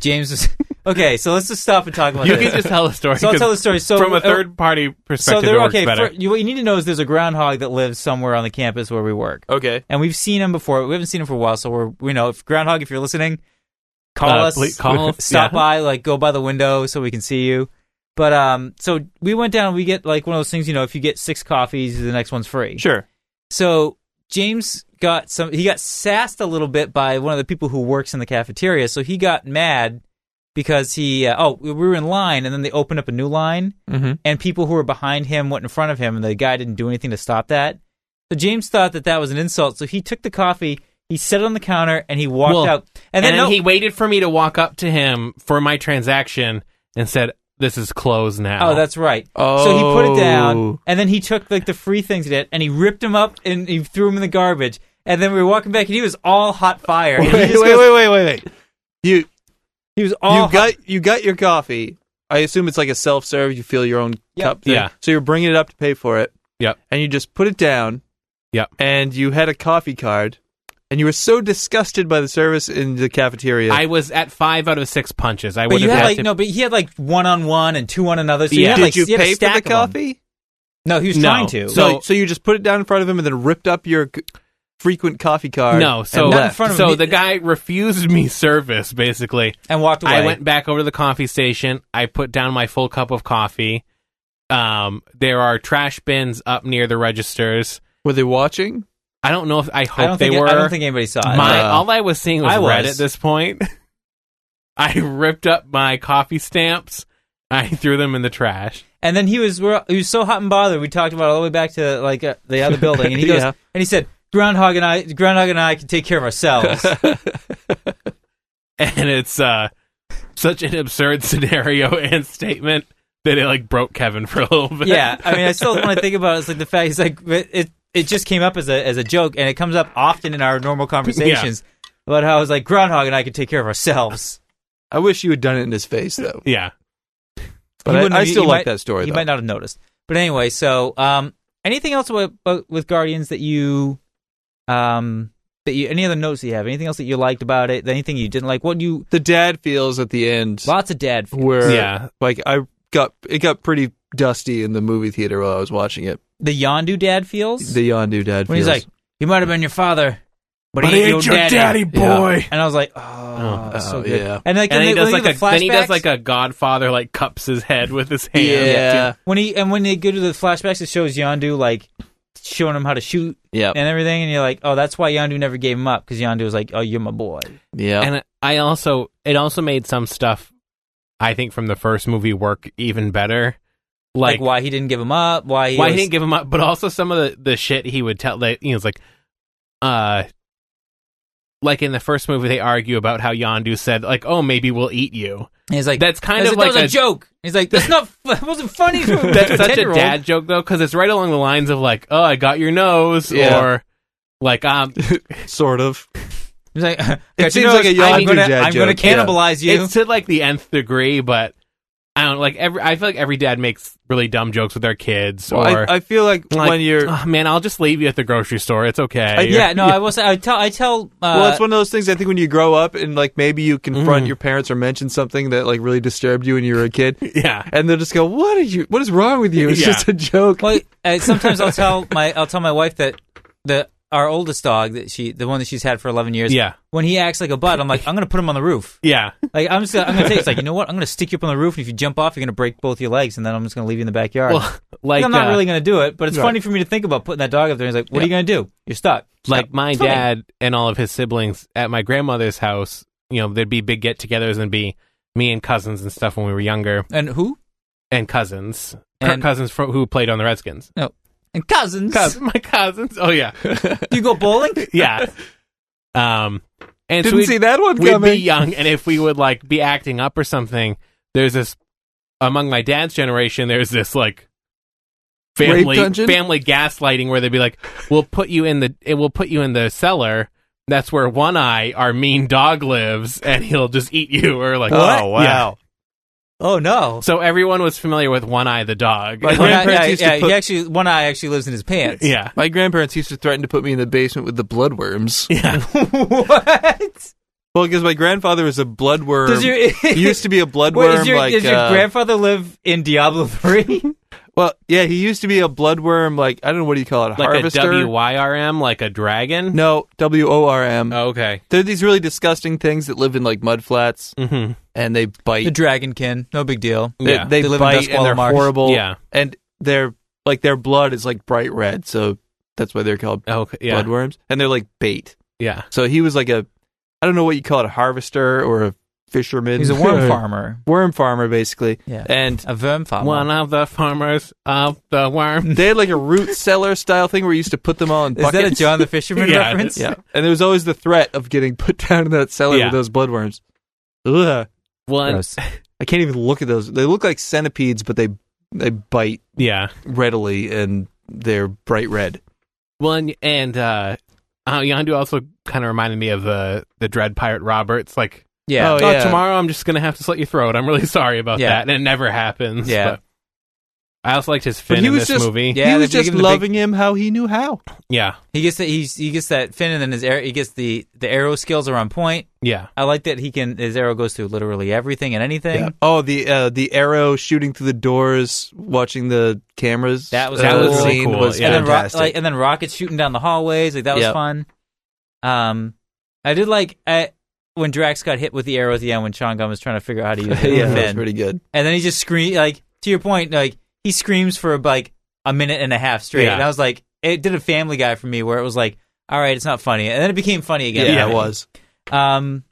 James was okay. So let's just stop and talk about You this. can just tell the story. so I'll 'cause tell the story. So from a uh, third party perspective, so there, it works okay. better. fir- you, what you need to know is there's a groundhog that lives somewhere on the campus where we work, Okay. and we've seen him before. but We haven't seen him for a while, so we're we know if groundhog, if you're listening, call Uh, us, please call. stop Yeah. by, like go by the window so we can see you. But um, so we went down. We get like one of those things, you know, if you get six coffees, the next one's free. Sure. So James got some. He got sassed a little bit by one of the people who works in the cafeteria. So he got mad because he. Uh, oh, we were in line, and then they opened up a new line, Mm-hmm. and people who were behind him went in front of him, and the guy didn't do anything to stop that. So James thought that that was an insult. So he took the coffee, he set it on the counter, and he walked Well, out. And, And then, then no- he waited for me to walk up to him for my transaction and said, "This is closed now." Oh, that's right. Oh. So he put it down, and then he took like the free things he did, and he ripped them up and he threw them in the garbage. And then we were walking back, and he was all hot fire. And he Wait, just wait, goes- wait, wait, wait, wait. You He was all you got you got your coffee. I assume it's like a self serve. You fill your own Yep. cup. Thing. Yeah. So you're bringing it up to pay for it. Yep. And you just put it down. Yep. And you had a coffee card, and you were so disgusted by the service in the cafeteria. I was at five out of six punches. I But would you have had had like to- no, but he had like one on one and two on another. So you Yeah. had Did like you had a pay for the stack of 'em. coffee? No, he was No. trying to. So- So, so you just put it down in front of him and then ripped up your c- frequent coffee card. no. and So Not in left. front of so me. the guy refused me service. Basically, and walked away. I went back over to the coffee station. I put down my full cup of coffee. Um, there are trash bins up near the registers. were they watching? I don't know if I hope I don't they think were. I don't think anybody saw it. my Uh, all I was seeing was, I red was. at this point. I ripped up my coffee stamps. I threw them in the trash. and then he was we're, he was so hot and bothered. We talked about it all the way back to like uh, the other building, and he goes Yeah. and he said, "Groundhog and I, Groundhog and I can take care of ourselves." And it's uh, such an absurd scenario and statement that it like broke Kevin for a little bit. yeah, I mean, I still when I think about it, it's like the fact it's like it it- it just came up as a as a joke, and it comes up often in our normal conversations about how I was like Groundhog and I can take care of ourselves. I wish you had done it in his face though. yeah. But He I, wouldn't I have- still he like might- that story. You though. might not have noticed. But anyway, so um, anything else with about- with Guardians that you um that you any other notes that you have? Anything else that you liked about it? Anything you didn't like? What do you the dad feels at the end lots of dad. f- where Yeah. like I got it got pretty dusty in the movie theater while I was watching it. The Yondu dad feels The Yondu dad when he's feels like, he might have been your father, but, But he he ain't your daddy, boy. And I was like, oh, Oh, that's so oh, good. yeah. And like And when he they- does when like they a do the then he does flashbacks- like a Godfather like cups his head with his hand. yeah, when he and when they go to the flashbacks, it shows Yondu like showing him how to shoot yeah, and everything, and you're like, oh, that's why Yondu never gave him up because Yondu was like, oh, you're my boy. yeah. And I also it also made some stuff I think from the first movie work even better. Like, Like, why he didn't give him up, why he why was- he didn't give him up, but also some of the, the shit he would tell that you know it's like uh like in the first movie they argue about how Yondu said like, Oh, maybe we'll eat you. and he's like, That's kind "That's- of that like was a, a- joke. He's like, that's not, fu- it wasn't funny. For That's such a 10-year-old. dad joke though, because it's right along the lines of like, Oh, I got your nose Yeah. or like um sort of. He's like, it seems like a I'm Yondu gonna, dad I'm gonna joke, yeah. cannibalize you. it's to like the nth degree, but I don't like every I feel like every dad makes really dumb jokes with their kids Well, or I, I feel like, Like, when you're oh, man, I'll just leave you at the grocery store. It's okay. yeah, no, I will say, I tell, I tell. Uh, well, it's one of those things. I think when you grow up and like maybe you confront Mm. your parents or mention something that like really disturbed you when you were a kid, yeah. and they'll just go, "What are you? What is wrong with you? It's Yeah. just a joke." Well, uh, sometimes I'll tell my I'll tell my wife that the our oldest dog that she the one that she's had for eleven years. Yeah. When he acts like a butt, I'm like, I'm gonna put him on the roof. Yeah. Like I'm just gonna, I'm gonna take. It's like you know what? I'm gonna stick you up on the roof, and if you jump off, you're gonna break both your legs, and then I'm just gonna leave you in the backyard. Well, like I'm not uh, really gonna do it, but it's Right. funny for me to think about putting that dog up there. He's like, what are you gonna do? You're stuck. like my It's fine. dad and all of his siblings at my grandmother's house. You know, there'd be big get-togethers and be me and cousins and stuff when we were younger, And who? and cousins, And- and cousins fro- who played on the Redskins. And cousins. Cous- my cousins. Oh yeah, You go bowling? yeah. um, and so Didn't we'd- see that one we'd coming. be young, and if we would like be acting up or something, there's this among my dad's generation. There's this like Rape family dungeon? family gaslighting where they'd be like, "We'll put you in the it will put you in the cellar. That's where One Eye, our mean dog, lives, and he'll just eat you." Or like, Oh, Yeah. wow. Oh no! So everyone was familiar with One Eye the dog. Like- My Yeah, grandparents yeah, used to yeah, put- he actually one eye actually lives in his pants. yeah. My grandparents used to threaten to put me in the basement with the bloodworms. Yeah. what? Well, because my grandfather was a bloodworm. Does your he used to be a Wait, bloodworm. is your, like, does your uh, grandfather live in Diablo three? well, yeah, he used to be a bloodworm. Like I don't know what do you call it, Like harvester. a WYRM, like a dragon? no, W O R M. Oh, okay. They're these really disgusting things that live in like mud flats hmm and they bite. the Dragonkin, no big deal. They, Yeah. they They live in bite Duskwall and they're Marsh. horrible. Yeah. and they're like their blood is like bright red, so that's why they're called Oh, Okay. Yeah. bloodworms. And they're like bait. Yeah. So he was like a, I don't know what you call it, a harvester or a fisherman. He's a worm farmer. worm farmer basically. Yeah, And a worm Uh-huh. farmer. One of the farmers of the worm. they had like a root cellar style thing where you used to put them all in is that buckets. a John the Fisherman Yeah, reference? Yeah. And there was always the threat of getting put down in that cellar Yeah. with those bloodworms. Ugh. One. Gross. I can't even look at those. They look like centipedes, but they they bite Yeah. readily and they're bright red. Well, and, and uh, uh, Yondu also kind of reminded me of the the Dread Pirate Roberts. Like, Yeah. Oh, oh, yeah. tomorrow I'm just gonna have to slit your throat. I'm really sorry about Yeah. that, and it never happens. Yeah. but- I also liked his fin But he in was this just- movie. Yeah, he was they give just him the big- loving him how he knew how. Yeah, He gets that. He's, he gets that fin, and then his arrow. He gets the the arrow skills are on point. yeah, I like that he can. His arrow goes through literally everything and anything. Yeah. Oh, the uh, the arrow shooting through the doors, watching the cameras. That was uh, That was really scene cool, was yeah. and then ro- fantastic. like and then rockets shooting down the hallways like that was Yep. fun um i did like I, when drax got hit with the arrow at the end when sean Gunn was trying to figure out how to use it yeah, with that was Finn. pretty good. and then he just scream like to your point like he screams for like a minute and a half straight Yeah. and i was like it did a family guy for me where it was like all right it's not funny and then it became funny Yeah, again it was. um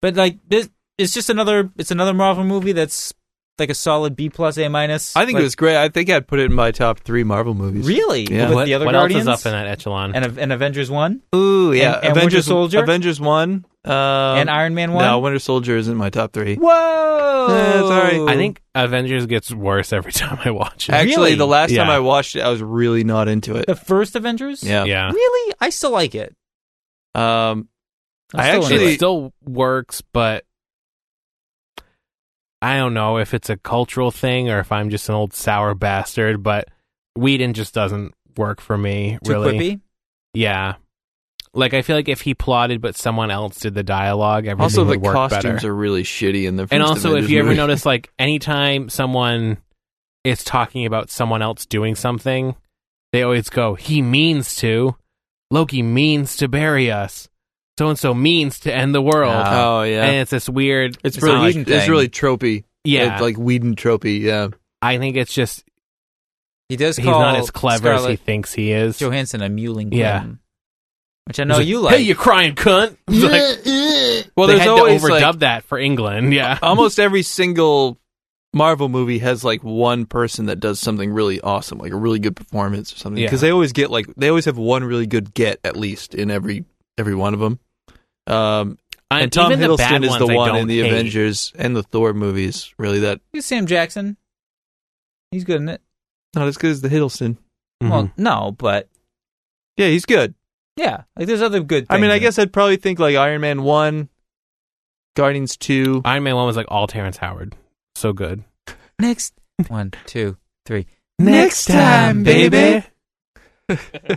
but like this it's just another it's another marvel movie that's like a solid b plus a minus I think Like, it was great. I think I'd put it in my top three Marvel movies. really Yeah. with What, the other what else guardians is up in Um, that echelon? and, and avengers 1 Ooh, And- yeah. and Winter Avengers Soldier? Avengers one. Um, and Iron Man one. No, Winter Soldier isn't my top three. Whoa! Yeah, it's all right. I think Avengers gets worse every time I watch it. Actually, Really? the last time Yeah. I watched it, I was really not into it. the first Avengers. Yeah. yeah, Really, I still like it. Um, I'm I still into actually- it still works, but I don't know if it's a cultural thing or if I'm just an old sour bastard. But Whedon just doesn't work for me. it. too really, quippy. Yeah. Like I feel like if he plotted but someone else did the dialogue, everything also, the would work costumes better. are really shitty in the. First and also Avengers if you ever movie. notice like anytime someone is talking about someone else doing something, they always go, He means to. Loki means to bury us. So and so means to end the world. Ah. oh yeah, And it's this weird it's, a really Whedon it's thing. really tropey. Yeah. It's like Whedon tropey. Yeah, I think it's just He does. he's call not as clever as he Scarlett thinks he is. Johansson a mewling. Yeah. grin, which I know He's like, you like. Hey you crying cunt. It's like, well, they there's had always to overdub like, that for England, yeah. almost every single Marvel movie has like one person that does something really awesome, like a really good performance or something. Yeah. Because they always get like they always have one really good get at least in every every one of them. Um, I- and Tom even the Hiddleston bad is the ones I one in don't the hate. Avengers and the Thor movies. Really, that Look at Sam Jackson. He's good in it. not as good as the Hiddleston. Mhm. Well, no, but Yeah, he's good. yeah, like there's other good. I mean, things I in guess I'd probably think like Iron Man one, Guardians two. Iron Man 1 was like all Terrence Howard. So good. it. next one, two, three. Next time, baby.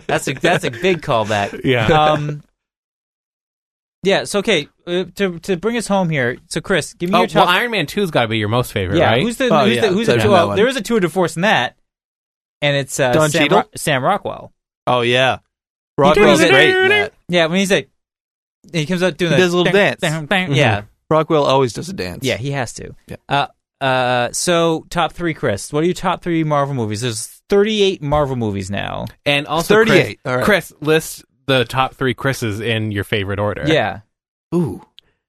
That's a that's a big callback. Yeah. Um. Yeah. So okay, uh, to to bring us home here. So Chris, give me Oh, your top well, Iron Man 2's got to be your most favorite, Yeah, right? who's the Oh, who's yeah, the, who's so the yeah, well, that one. there is a tour de force in that, and it's uh, Don Sam, Cheadle? Sam Rockwell. Oh yeah, does Rockwell's it- great. in that. Yeah, when he's like, he comes out doing He the does a little dang, dance. dang, dang. Mhm. Yeah, Rockwell always does a dance. yeah, he has to. Yeah. Uh, uh, so top three, Chris. What are your top three Marvel movies? There's 38 Marvel movies now. and also 38, Chris, all right. Chris list the top 3 Chris's in your favorite order. Yeah, Ooh,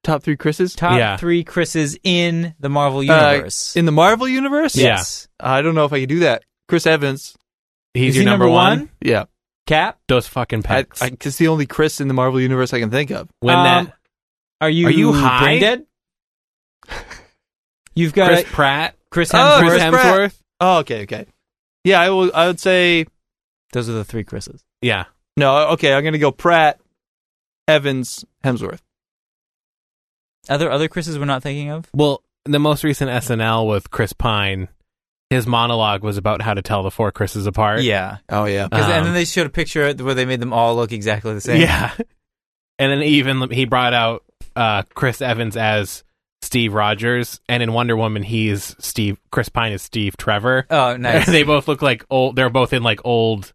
top three Chris's. top Yeah. three Chris's in the Marvel Uh, universe. in the Marvel universe. Yeah. yes, I don't know if I can do that. Chris Evans. He's Is your he number, one? Yeah, Cap. Those fucking I, pecs. I, it's the only Chris in the Marvel universe I can think of. when Um, that Are you Are you high? brain dead? You've got Chris Pratt, Chris Oh, Hemsworth. Chris Chris Pratt. Hemsworth. Oh, okay, okay. Yeah, I will. I would say Those are the three Chris's. Yeah. no. Okay, I'm gonna go Pratt, Evans, Hemsworth. Are there other Chris's we're not thinking of? Well, the most recent SNL with Chris Pine, his monologue was about how to tell the four Chris's apart. Yeah. Oh yeah. 'Cause- and Um, then they showed a picture where they made them all look exactly the same. Yeah. And then even he brought out uh, Chris Evans as Steve Rogers, and in Wonder Woman he's Steve. Chris Pine is Steve Trevor. Oh, nice. they both look like old. They're both in like old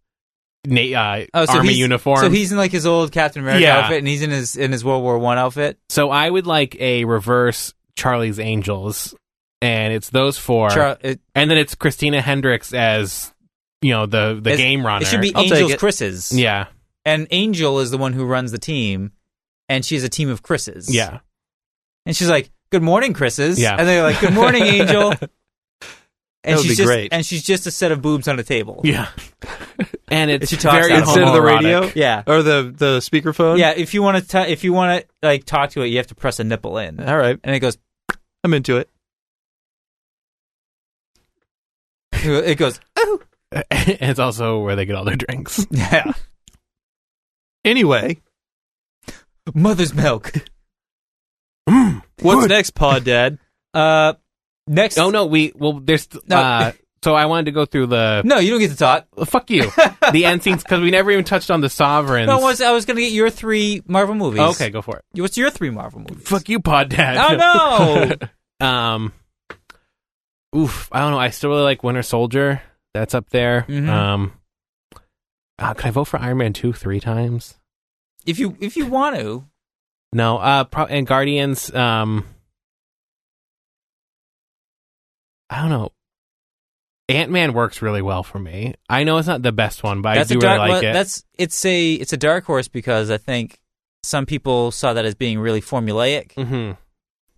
na- uh, Oh, so army he's- uniforms. So he's in like his old Captain America Yeah. outfit, and he's in his in his World War One outfit. So I would like a reverse Charlie's Angels, and it's those four, Char- it, and then it's Christina Hendricks as you know the the It's- game runner. it should be I'll take Angel's it. Chris's. yeah, And Angel is the one who runs the team, and she's a team of Chris's. yeah. And she's like, "Good morning, Chris's." Yeah. And they're like, "Good morning, Angel." And would she's be just, great. And she's just a set of boobs on a table. Yeah. and it's She talks very out of Instead of the radio homoerotic. Yeah. or the the speakerphone. Yeah, If you want to, if you want to like talk to it, you have to press a nipple in, All right, and it goes, I'm into it. it goes, and it's also where they get all their drinks. yeah, Anyway, mother's milk. what's next, Pod Dad? Uh, next. Oh no, we well there's No. uh, so I wanted to go through the No, you don't get to talk. fuck you the end scenes because we never even touched on the sovereigns. No, I was, I was going to get your three Marvel movies. okay, go for it. What's your three Marvel movies? Fuck you, Pod Dad. Oh, no. um, oof, I don't know. I still really like Winter Soldier. That's up there. Mhm. Um, uh, can I vote for Iron Man two three times? if you if you want to. No. Uh, pro- and Guardians. Um, I don't know. Ant Man works really well for me. I know it's not the best one, but that's I a do dark, really like well, it. That's it's a it's a dark horse because I think some people saw that as being really formulaic, hmm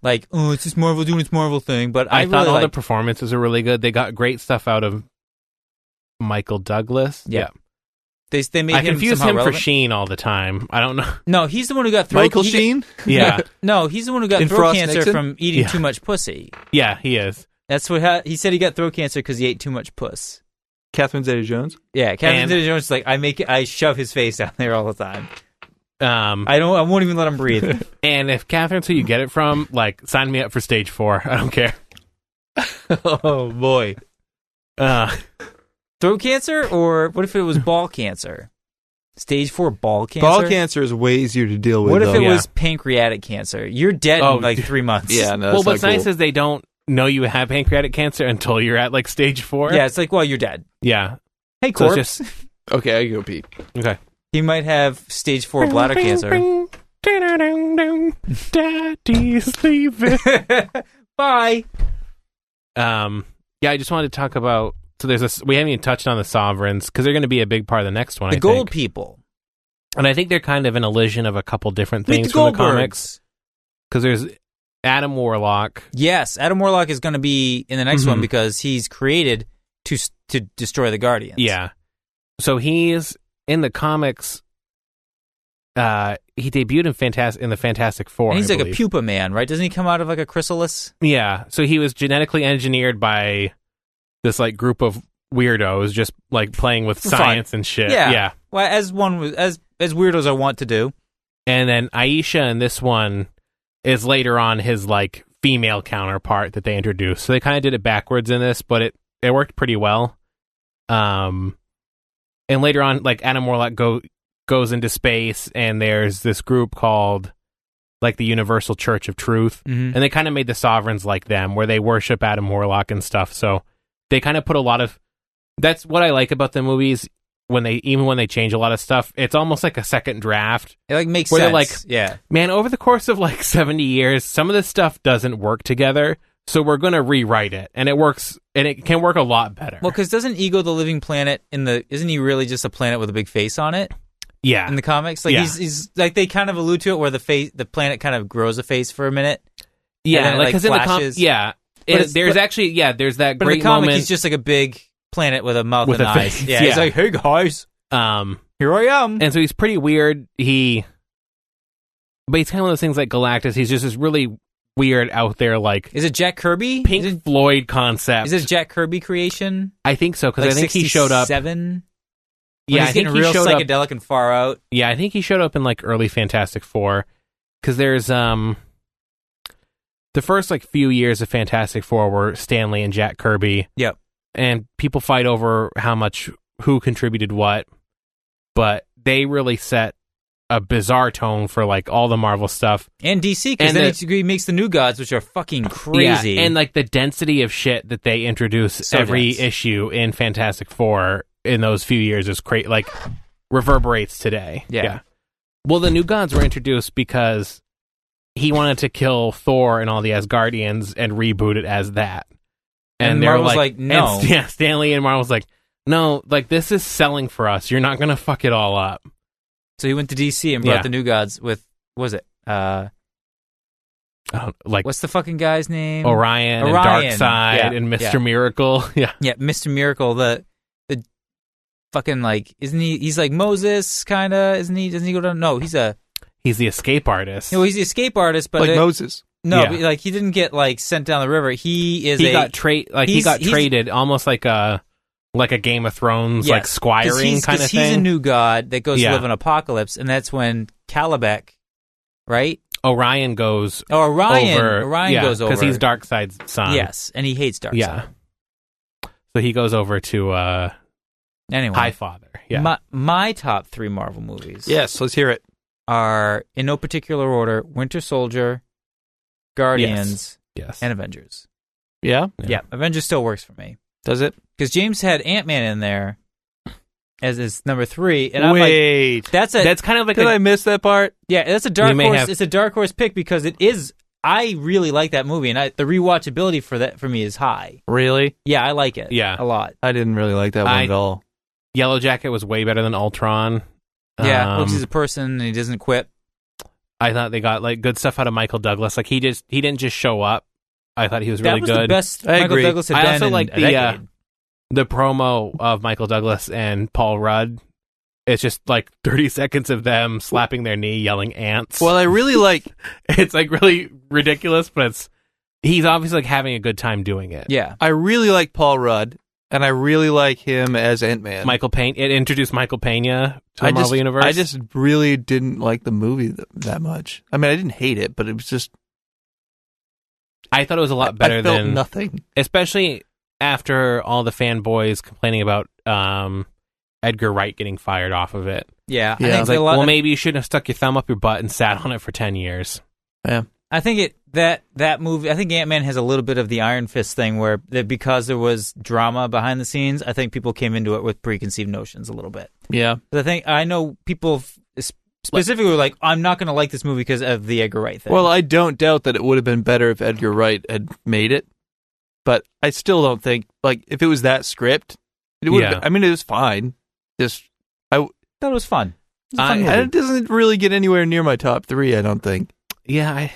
like oh, it's just Marvel doing its Marvel thing. But I, I, thought really all the like, performances were really good. They got great stuff out of Michael Douglas. Yeah. they they made I him confuse somehow him relevant. for Sheen all the time. I don't know. No, he's the one who got throat. Michael he got- Sheen. Yeah, no, he's the one who got In throat Frost cancer Nixon? from eating Yeah. too much pussy. yeah, he is. That's what ha- he said. He got throat cancer because he ate too much puss. Catherine Zeta-Jones. Yeah, Captain And- Zeta Jones is like I make I shove his face down there all the time. Um, I don't. I won't even let him breathe. and if Catherine's who you get it from, like, sign me up for stage four. I don't care. oh boy, Uh, throat cancer or what if it was ball cancer? Stage four ball cancer. Ball cancer is way easier to deal with. What if though. it Yeah. was pancreatic cancer? You're dead Oh, in like three months. Yeah, no. well, that's what's not nice cool. is they don't know you have pancreatic cancer until you're at like stage four. Yeah, it's like, well, you're dead. yeah. Hey, So corpse. it's just okay, I can go pee. okay. He might have stage four bladder cancer. Daddy's leaving. Bye. Um, yeah, I just wanted to talk about. So there's a s- we haven't even touched on the sovereigns because they're going to be a big part of the next one. The I gold think. people. and I think they're kind of an illusion of a couple different Meet things the from Goldbergs. the comics because there's Adam Warlock. Yes, Adam Warlock is going to be in the next one Mhm. because he's created to s- to destroy the Guardians. Yeah. So he's in the comics. Uh, he debuted in Fantastic in the Fantastic Four. and he's I like believe. a pupa man, right? Doesn't he come out of like a chrysalis? Yeah. So he was genetically engineered by this like group of weirdos, just like playing with For fun. science and shit. Yeah. Yeah. Well, as one was as as weirdos I want to do. and then Aisha in this one is later on his like female counterpart that they introduced. So they kind of did it backwards in this, but it it worked pretty well. Um, and later on, like Adam Warlock go goes into space, and there's this group called like the Universal Church of Truth, Mm-hmm. and they kind of made the sovereigns like them, where they worship Adam Warlock and stuff. So they kind of put a lot of that's what I like about the movies when they even when they change a lot of stuff. It's almost like a second draft It like makes Where they're sense. like- yeah, man, over the course of like 70 years, some of this stuff doesn't work together. So we're going to rewrite it. And it works, and it can work a lot better. well, because doesn't Ego the Living Planet in the isn't he really just a planet with a big face on it yeah. in the comics? Like Yeah. he's, he's like they kind of allude to it where the face the planet kind of grows a face for a minute, and yeah. then it, like, Because in the com- flashes. yeah. But It- it's- there's but- actually, yeah, there's that but great in the comic moment. he's just like a big planet with a mouth With and a eyes. face, Yeah, he's yeah. like, hey guys, um, here I am. and so he's pretty weird. He, but he's kind of one of those things like Galactus. He's just this really weird out there, like is it Jack Kirby? Pink Is it- Floyd concept. Is this Jack Kirby creation? I think so because Like I think he showed up. Seven. Yeah, I he's getting think he real showed up psychedelic and far out. Yeah, I think he showed up in like early Fantastic Four because there's um the first like few years of Fantastic Four were Stanley and Jack Kirby. Yep. And people fight over how much who contributed what, but they really set a bizarre tone for like all the Marvel stuff. and DC because And then the- it he makes the new gods, which are fucking crazy. Yeah, and like the density of shit that they introduce So every dense. issue in Fantastic Four in those few years is crazy. Like reverberates today. Yeah. Well, the new gods were introduced because he wanted to kill Thor and all the Asgardians and reboot it as that. And they were Marvel's like, "No." and Stan- yeah, Stanley and Marvel's like, no, like this is selling for us. You're not gonna fuck it all up. so he went to DC and brought Yeah. the new gods with what was it? Uh, Uh, like Oh, what's the fucking guy's name? Orion, Orion. and Darkseid Yeah, and Mr. yeah. Miracle. Yeah. Yeah, Mister Miracle. The the fucking like isn't he? He's like Moses, kind of isn't he? Doesn't he go down? No, he's a He's the escape artist. no, he's the escape artist, but like it- Moses. no, Yeah. but, like he didn't get like sent down the river. He is he a got trade like he he's- got he's- traded almost like a like a Game of Thrones like Yes, squiring 'Cause he's, kind 'cause of thing. He's a new god that goes Yeah. to live in apocalypse, and that's when Kalibek, right? Orion goes Oh, Orion. over. Orion goes over because he's Darkseid's son. Yes, and he hates Darkseid. yeah. So he goes over to uh, Anyway, High Father. Yeah, my, my top three Marvel movies Yes, let's hear it. are in no particular order: Winter Soldier, Guardians, yes. and Avengers. Yeah, Yeah. Avengers still works for me does it? because James had Ant Man in there as his number three, and I'm like, Wait, that's a That's kind of like did a- I miss that part? yeah, that's a dark You may horse. have- It's a dark horse pick because it is. I really like that movie, and I, the rewatchability for that for me is high. Really? Yeah, I like it. Yeah. a lot. I didn't really like that one I- at all. Yellow Jacket was way better than Ultron. Yeah, um, looks he's a person and he doesn't quit. I thought they got like good stuff out of Michael Douglas. Like he just he didn't just show up. I thought he was really that was good. the best I Michael agree. Douglas had I been also in like a the, uh, decade. the promo of Michael Douglas and Paul Rudd. It's just like 30 seconds of them slapping their knee, yelling ants. Well, I really like. it's like really ridiculous, but it's he's obviously like having a good time doing it. yeah, I really like Paul Rudd, and I really like him as Ant Man. Michael Payne. It introduced Michael Pena to the I Marvel just, universe. I just really didn't like the movie th- that much. I mean, I didn't hate it, but it was just I thought it was a I- lot better I felt than nothing. especially after all the fanboys complaining about um, Edgar Wright getting fired off of it. yeah. Yeah, I I think was a like, lot. well, maybe you shouldn't have stuck your thumb up your butt and sat on it for 10 years. I think it that that movie. I think Ant Man has a little bit of the Iron Fist thing, where that because there was drama behind the scenes, I think people came into it with preconceived notions a little bit. Yeah, 'Cause I think I know people f- s- specifically were like, "I'm not going to like this movie because of the Edgar Wright thing." Well, uh, I don't doubt that it would have been better if Edgar Wright had made it, but I still don't think like if it was that script, it would. Yeah. Have, I mean, it was fine. Just thought it was fun. It was a fun I- movie. and it doesn't really get anywhere near my top three. I don't think. Yeah, I,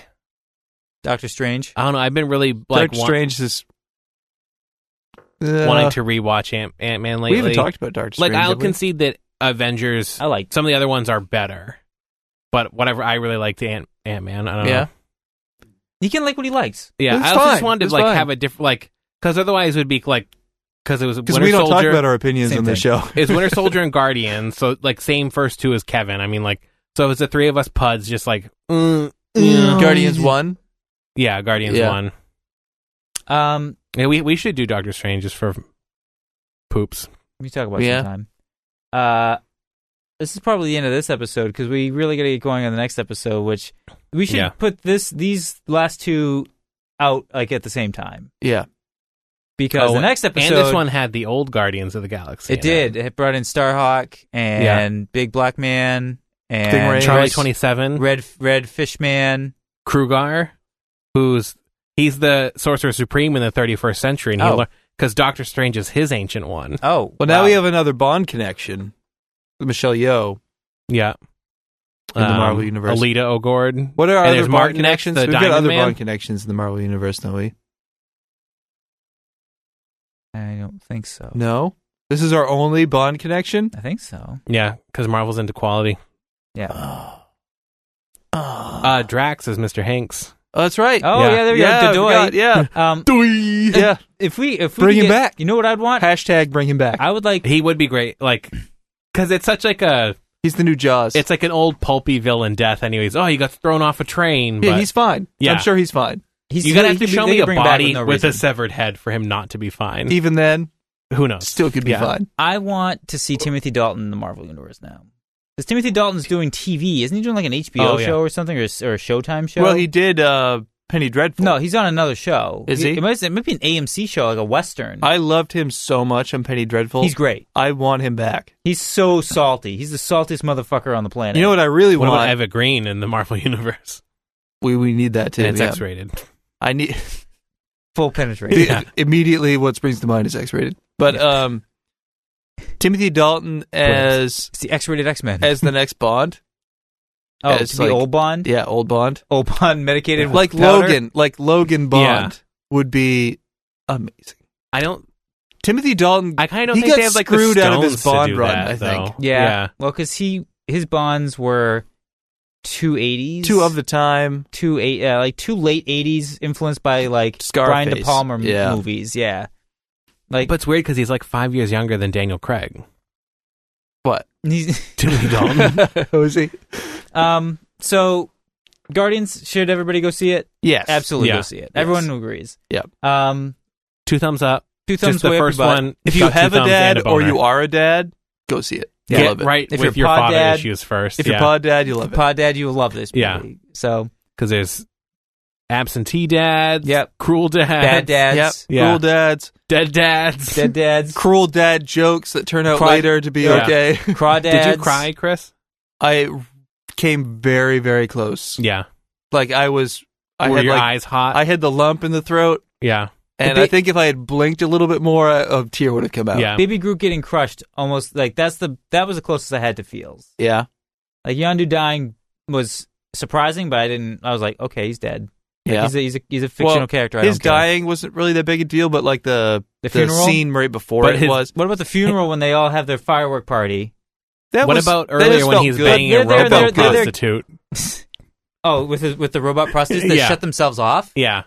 Doctor Strange. I don't know. I've been really like Doctor wa- Strange is uh, wanting to rewatch Ant Ant Man We lately. haven't talked about Doctor like Strange. I'll have we? concede that Avengers, I liked. some of the other ones are better, but whatever. I really liked Ant Ant Man. I don't Yeah. know. He can like what he likes. Yeah, It's I also just fine. wanted to It's like fine. have a different like because otherwise it would be like because it was because Winter we don't Soldier. talk about our opinions Same on the thing. show. it's Winter Soldier and Guardian, so like same first two as Kevin. I mean like so it's the three of us puds just like mm, mm. Guardians one. Yeah, Guardians Yeah. one. Um, Yeah, we we should do Doctor Strange just for poops. we talk about Yeah. sometime. Uh, this is probably the end of this episode because we really got to get going on the next episode, which we should Yeah. put this these last two out like at the same time Yeah, because Oh, the next episode and this one had the old Guardians of the Galaxy. it in did it brought in Starhawk and Big Black Man and Stingray. Charlie Race. twenty seven. Red Red Fish Man. Krugar, who's he's the sorcerer supreme in the 31st century, and Oh. he because Doctor Strange is his ancient one. Oh, Well, now wow. we have another Bond connection. with Michelle Yeoh. Yeah, Um, In the Marvel universe. Alita O'Gord. What are our And other there's Bond Martin X, connections? the We've got Diamond other Man. Bond connections in the Marvel universe, don't we? I don't think so. No, this is our only Bond connection. I think so. Yeah, because Marvel's into quality. Yeah. Oh, Uh, Drax is Mr. Hanks. that's right. Oh yeah, yeah. there we yeah, go. we Dedoy. got- yeah, Um, yeah. if we if we Bring could get- him back. you know what I'd want? Hashtag bring him back. I would like He would be great, like because it's such like a He's the new Jaws. it's like an old pulpy villain death. Anyways, oh, he got thrown off a train. yeah, but he's fine. Yeah. I'm sure he's fine. He's You're gonna he have to could be- show they me could a bring him back body no with a reason. severed head for him not to be fine. Even then, Who knows? still could be Yeah. fine. I want to see Timothy Dalton in the Marvel universe now. Because Timothy Dalton's doing TV, isn't he doing like an HBO Oh, yeah. show or something, or, a s- or a Showtime show? Well, he did uh, Penny Dreadful. no, he's on another show. Is he? It might, it might be an AMC show, like a Western. I loved him so much on Penny Dreadful. he's great. I want him back. He's so salty. He's the saltiest motherfucker on the planet. You know what I really What about want? Eva Green in the Marvel universe? We we need that too. and it's yeah. X-rated. I need. Full penetration. The- Yeah. Immediately, what springs to mind is X-rated. But um, Timothy Dalton as It's the X-rated X-Men. as The next Bond, oh, as to be like- old Bond. yeah, old Bond, Old Bond medicated with like powder? Logan, like Logan Bond would be amazing. I don't. Timothy Dalton, I kind of don't He think they got have like screwed the out of his stones to Bond do run, that, I think. though. Yeah. Well, because he his bonds were two eighties, two of the time. two eight, uh, like two late eighties, influenced by like Brian De Scarface. Palma m- Yeah. movies. Yeah. Like, But it's weird because he's like five years younger than Daniel Craig. he's, Timothy Dalton. was he? um, so Guardians should everybody go see it? Yes, Absolutely, go Yeah. see it. Everyone agrees. Yep. Um, Two thumbs up. two thumbs Just the way up your first butt. one. If you got two have a thumbs and dad or boner. you are a dad, Go see it. get I love it. right If with your you're pod father dad- issues first. if yeah. you're pod dad, you love it. Pod Dad, you will love this movie. Yeah. So because there's absentee dads, Yep. cruel dads, bad Yep. dads, Yeah. Cruel dads, dead dads. dead dads, Cruel dad jokes that turn out Cry- later to be Yeah. okay. crawdads. Did you cry, Chris? I came very very close. Yeah. Like I was, I Were had your like eyes hot? I had the lump in the throat, yeah. and They- I think if I had blinked a little bit more, I- a tear would have come out. Yeah. Baby Groot getting crushed almost like that's the that was the closest I had to feels. yeah, Like Yondu dying was surprising, but I didn't. I was like, okay, he's dead. Like, yeah. he's a he's a, he's a fictional Well, character. I His don't care. dying wasn't really that big a deal, but like the the the funeral. scene right before But it his- was. what about the funeral when they all have their firework party? That what was, about that just earlier when felt he's good. banging a They're- they're- robot they're- they're- prostitute? Oh, with the, with the robot prostitutes that Yeah. shut themselves off. Yeah.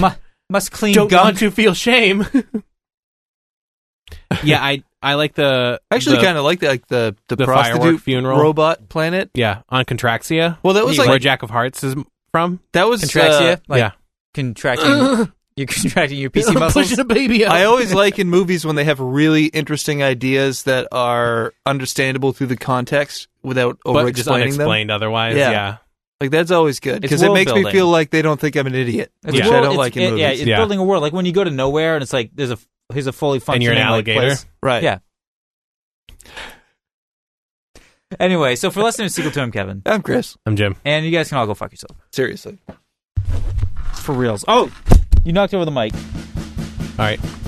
Mu- must clean Don't want gunk. to feel shame. yeah, I I like the I actually the- kind of like the, like the the, the firework prostitute funeral. robot planet. yeah, on Contraxia, Well, that was where like Jack of Hearts is from. that was Contraxia, uh, like yeah. contracting. you're contracting your PC I'm muscles. pushing a baby out. uh, I always like in movies when they have really interesting ideas that are understandable through the context without over but just explaining them. unexplained otherwise. Yeah. yeah. Like that's always good It's because it world makes me building. feel like they don't think I'm an idiot, It's which world- I don't it's- like in it- movies. Yeah, it's Yeah. building a world. Like when you go to nowhere and it's like there's a here's a fully And you're an functioning like, alligator. place. right. Yeah. Anyway, so for less than a sequel to him, Kevin, I'm Chris. I'm Jim. and you guys can all go fuck yourself Seriously. for reals. Oh, you knocked over the mic. All right.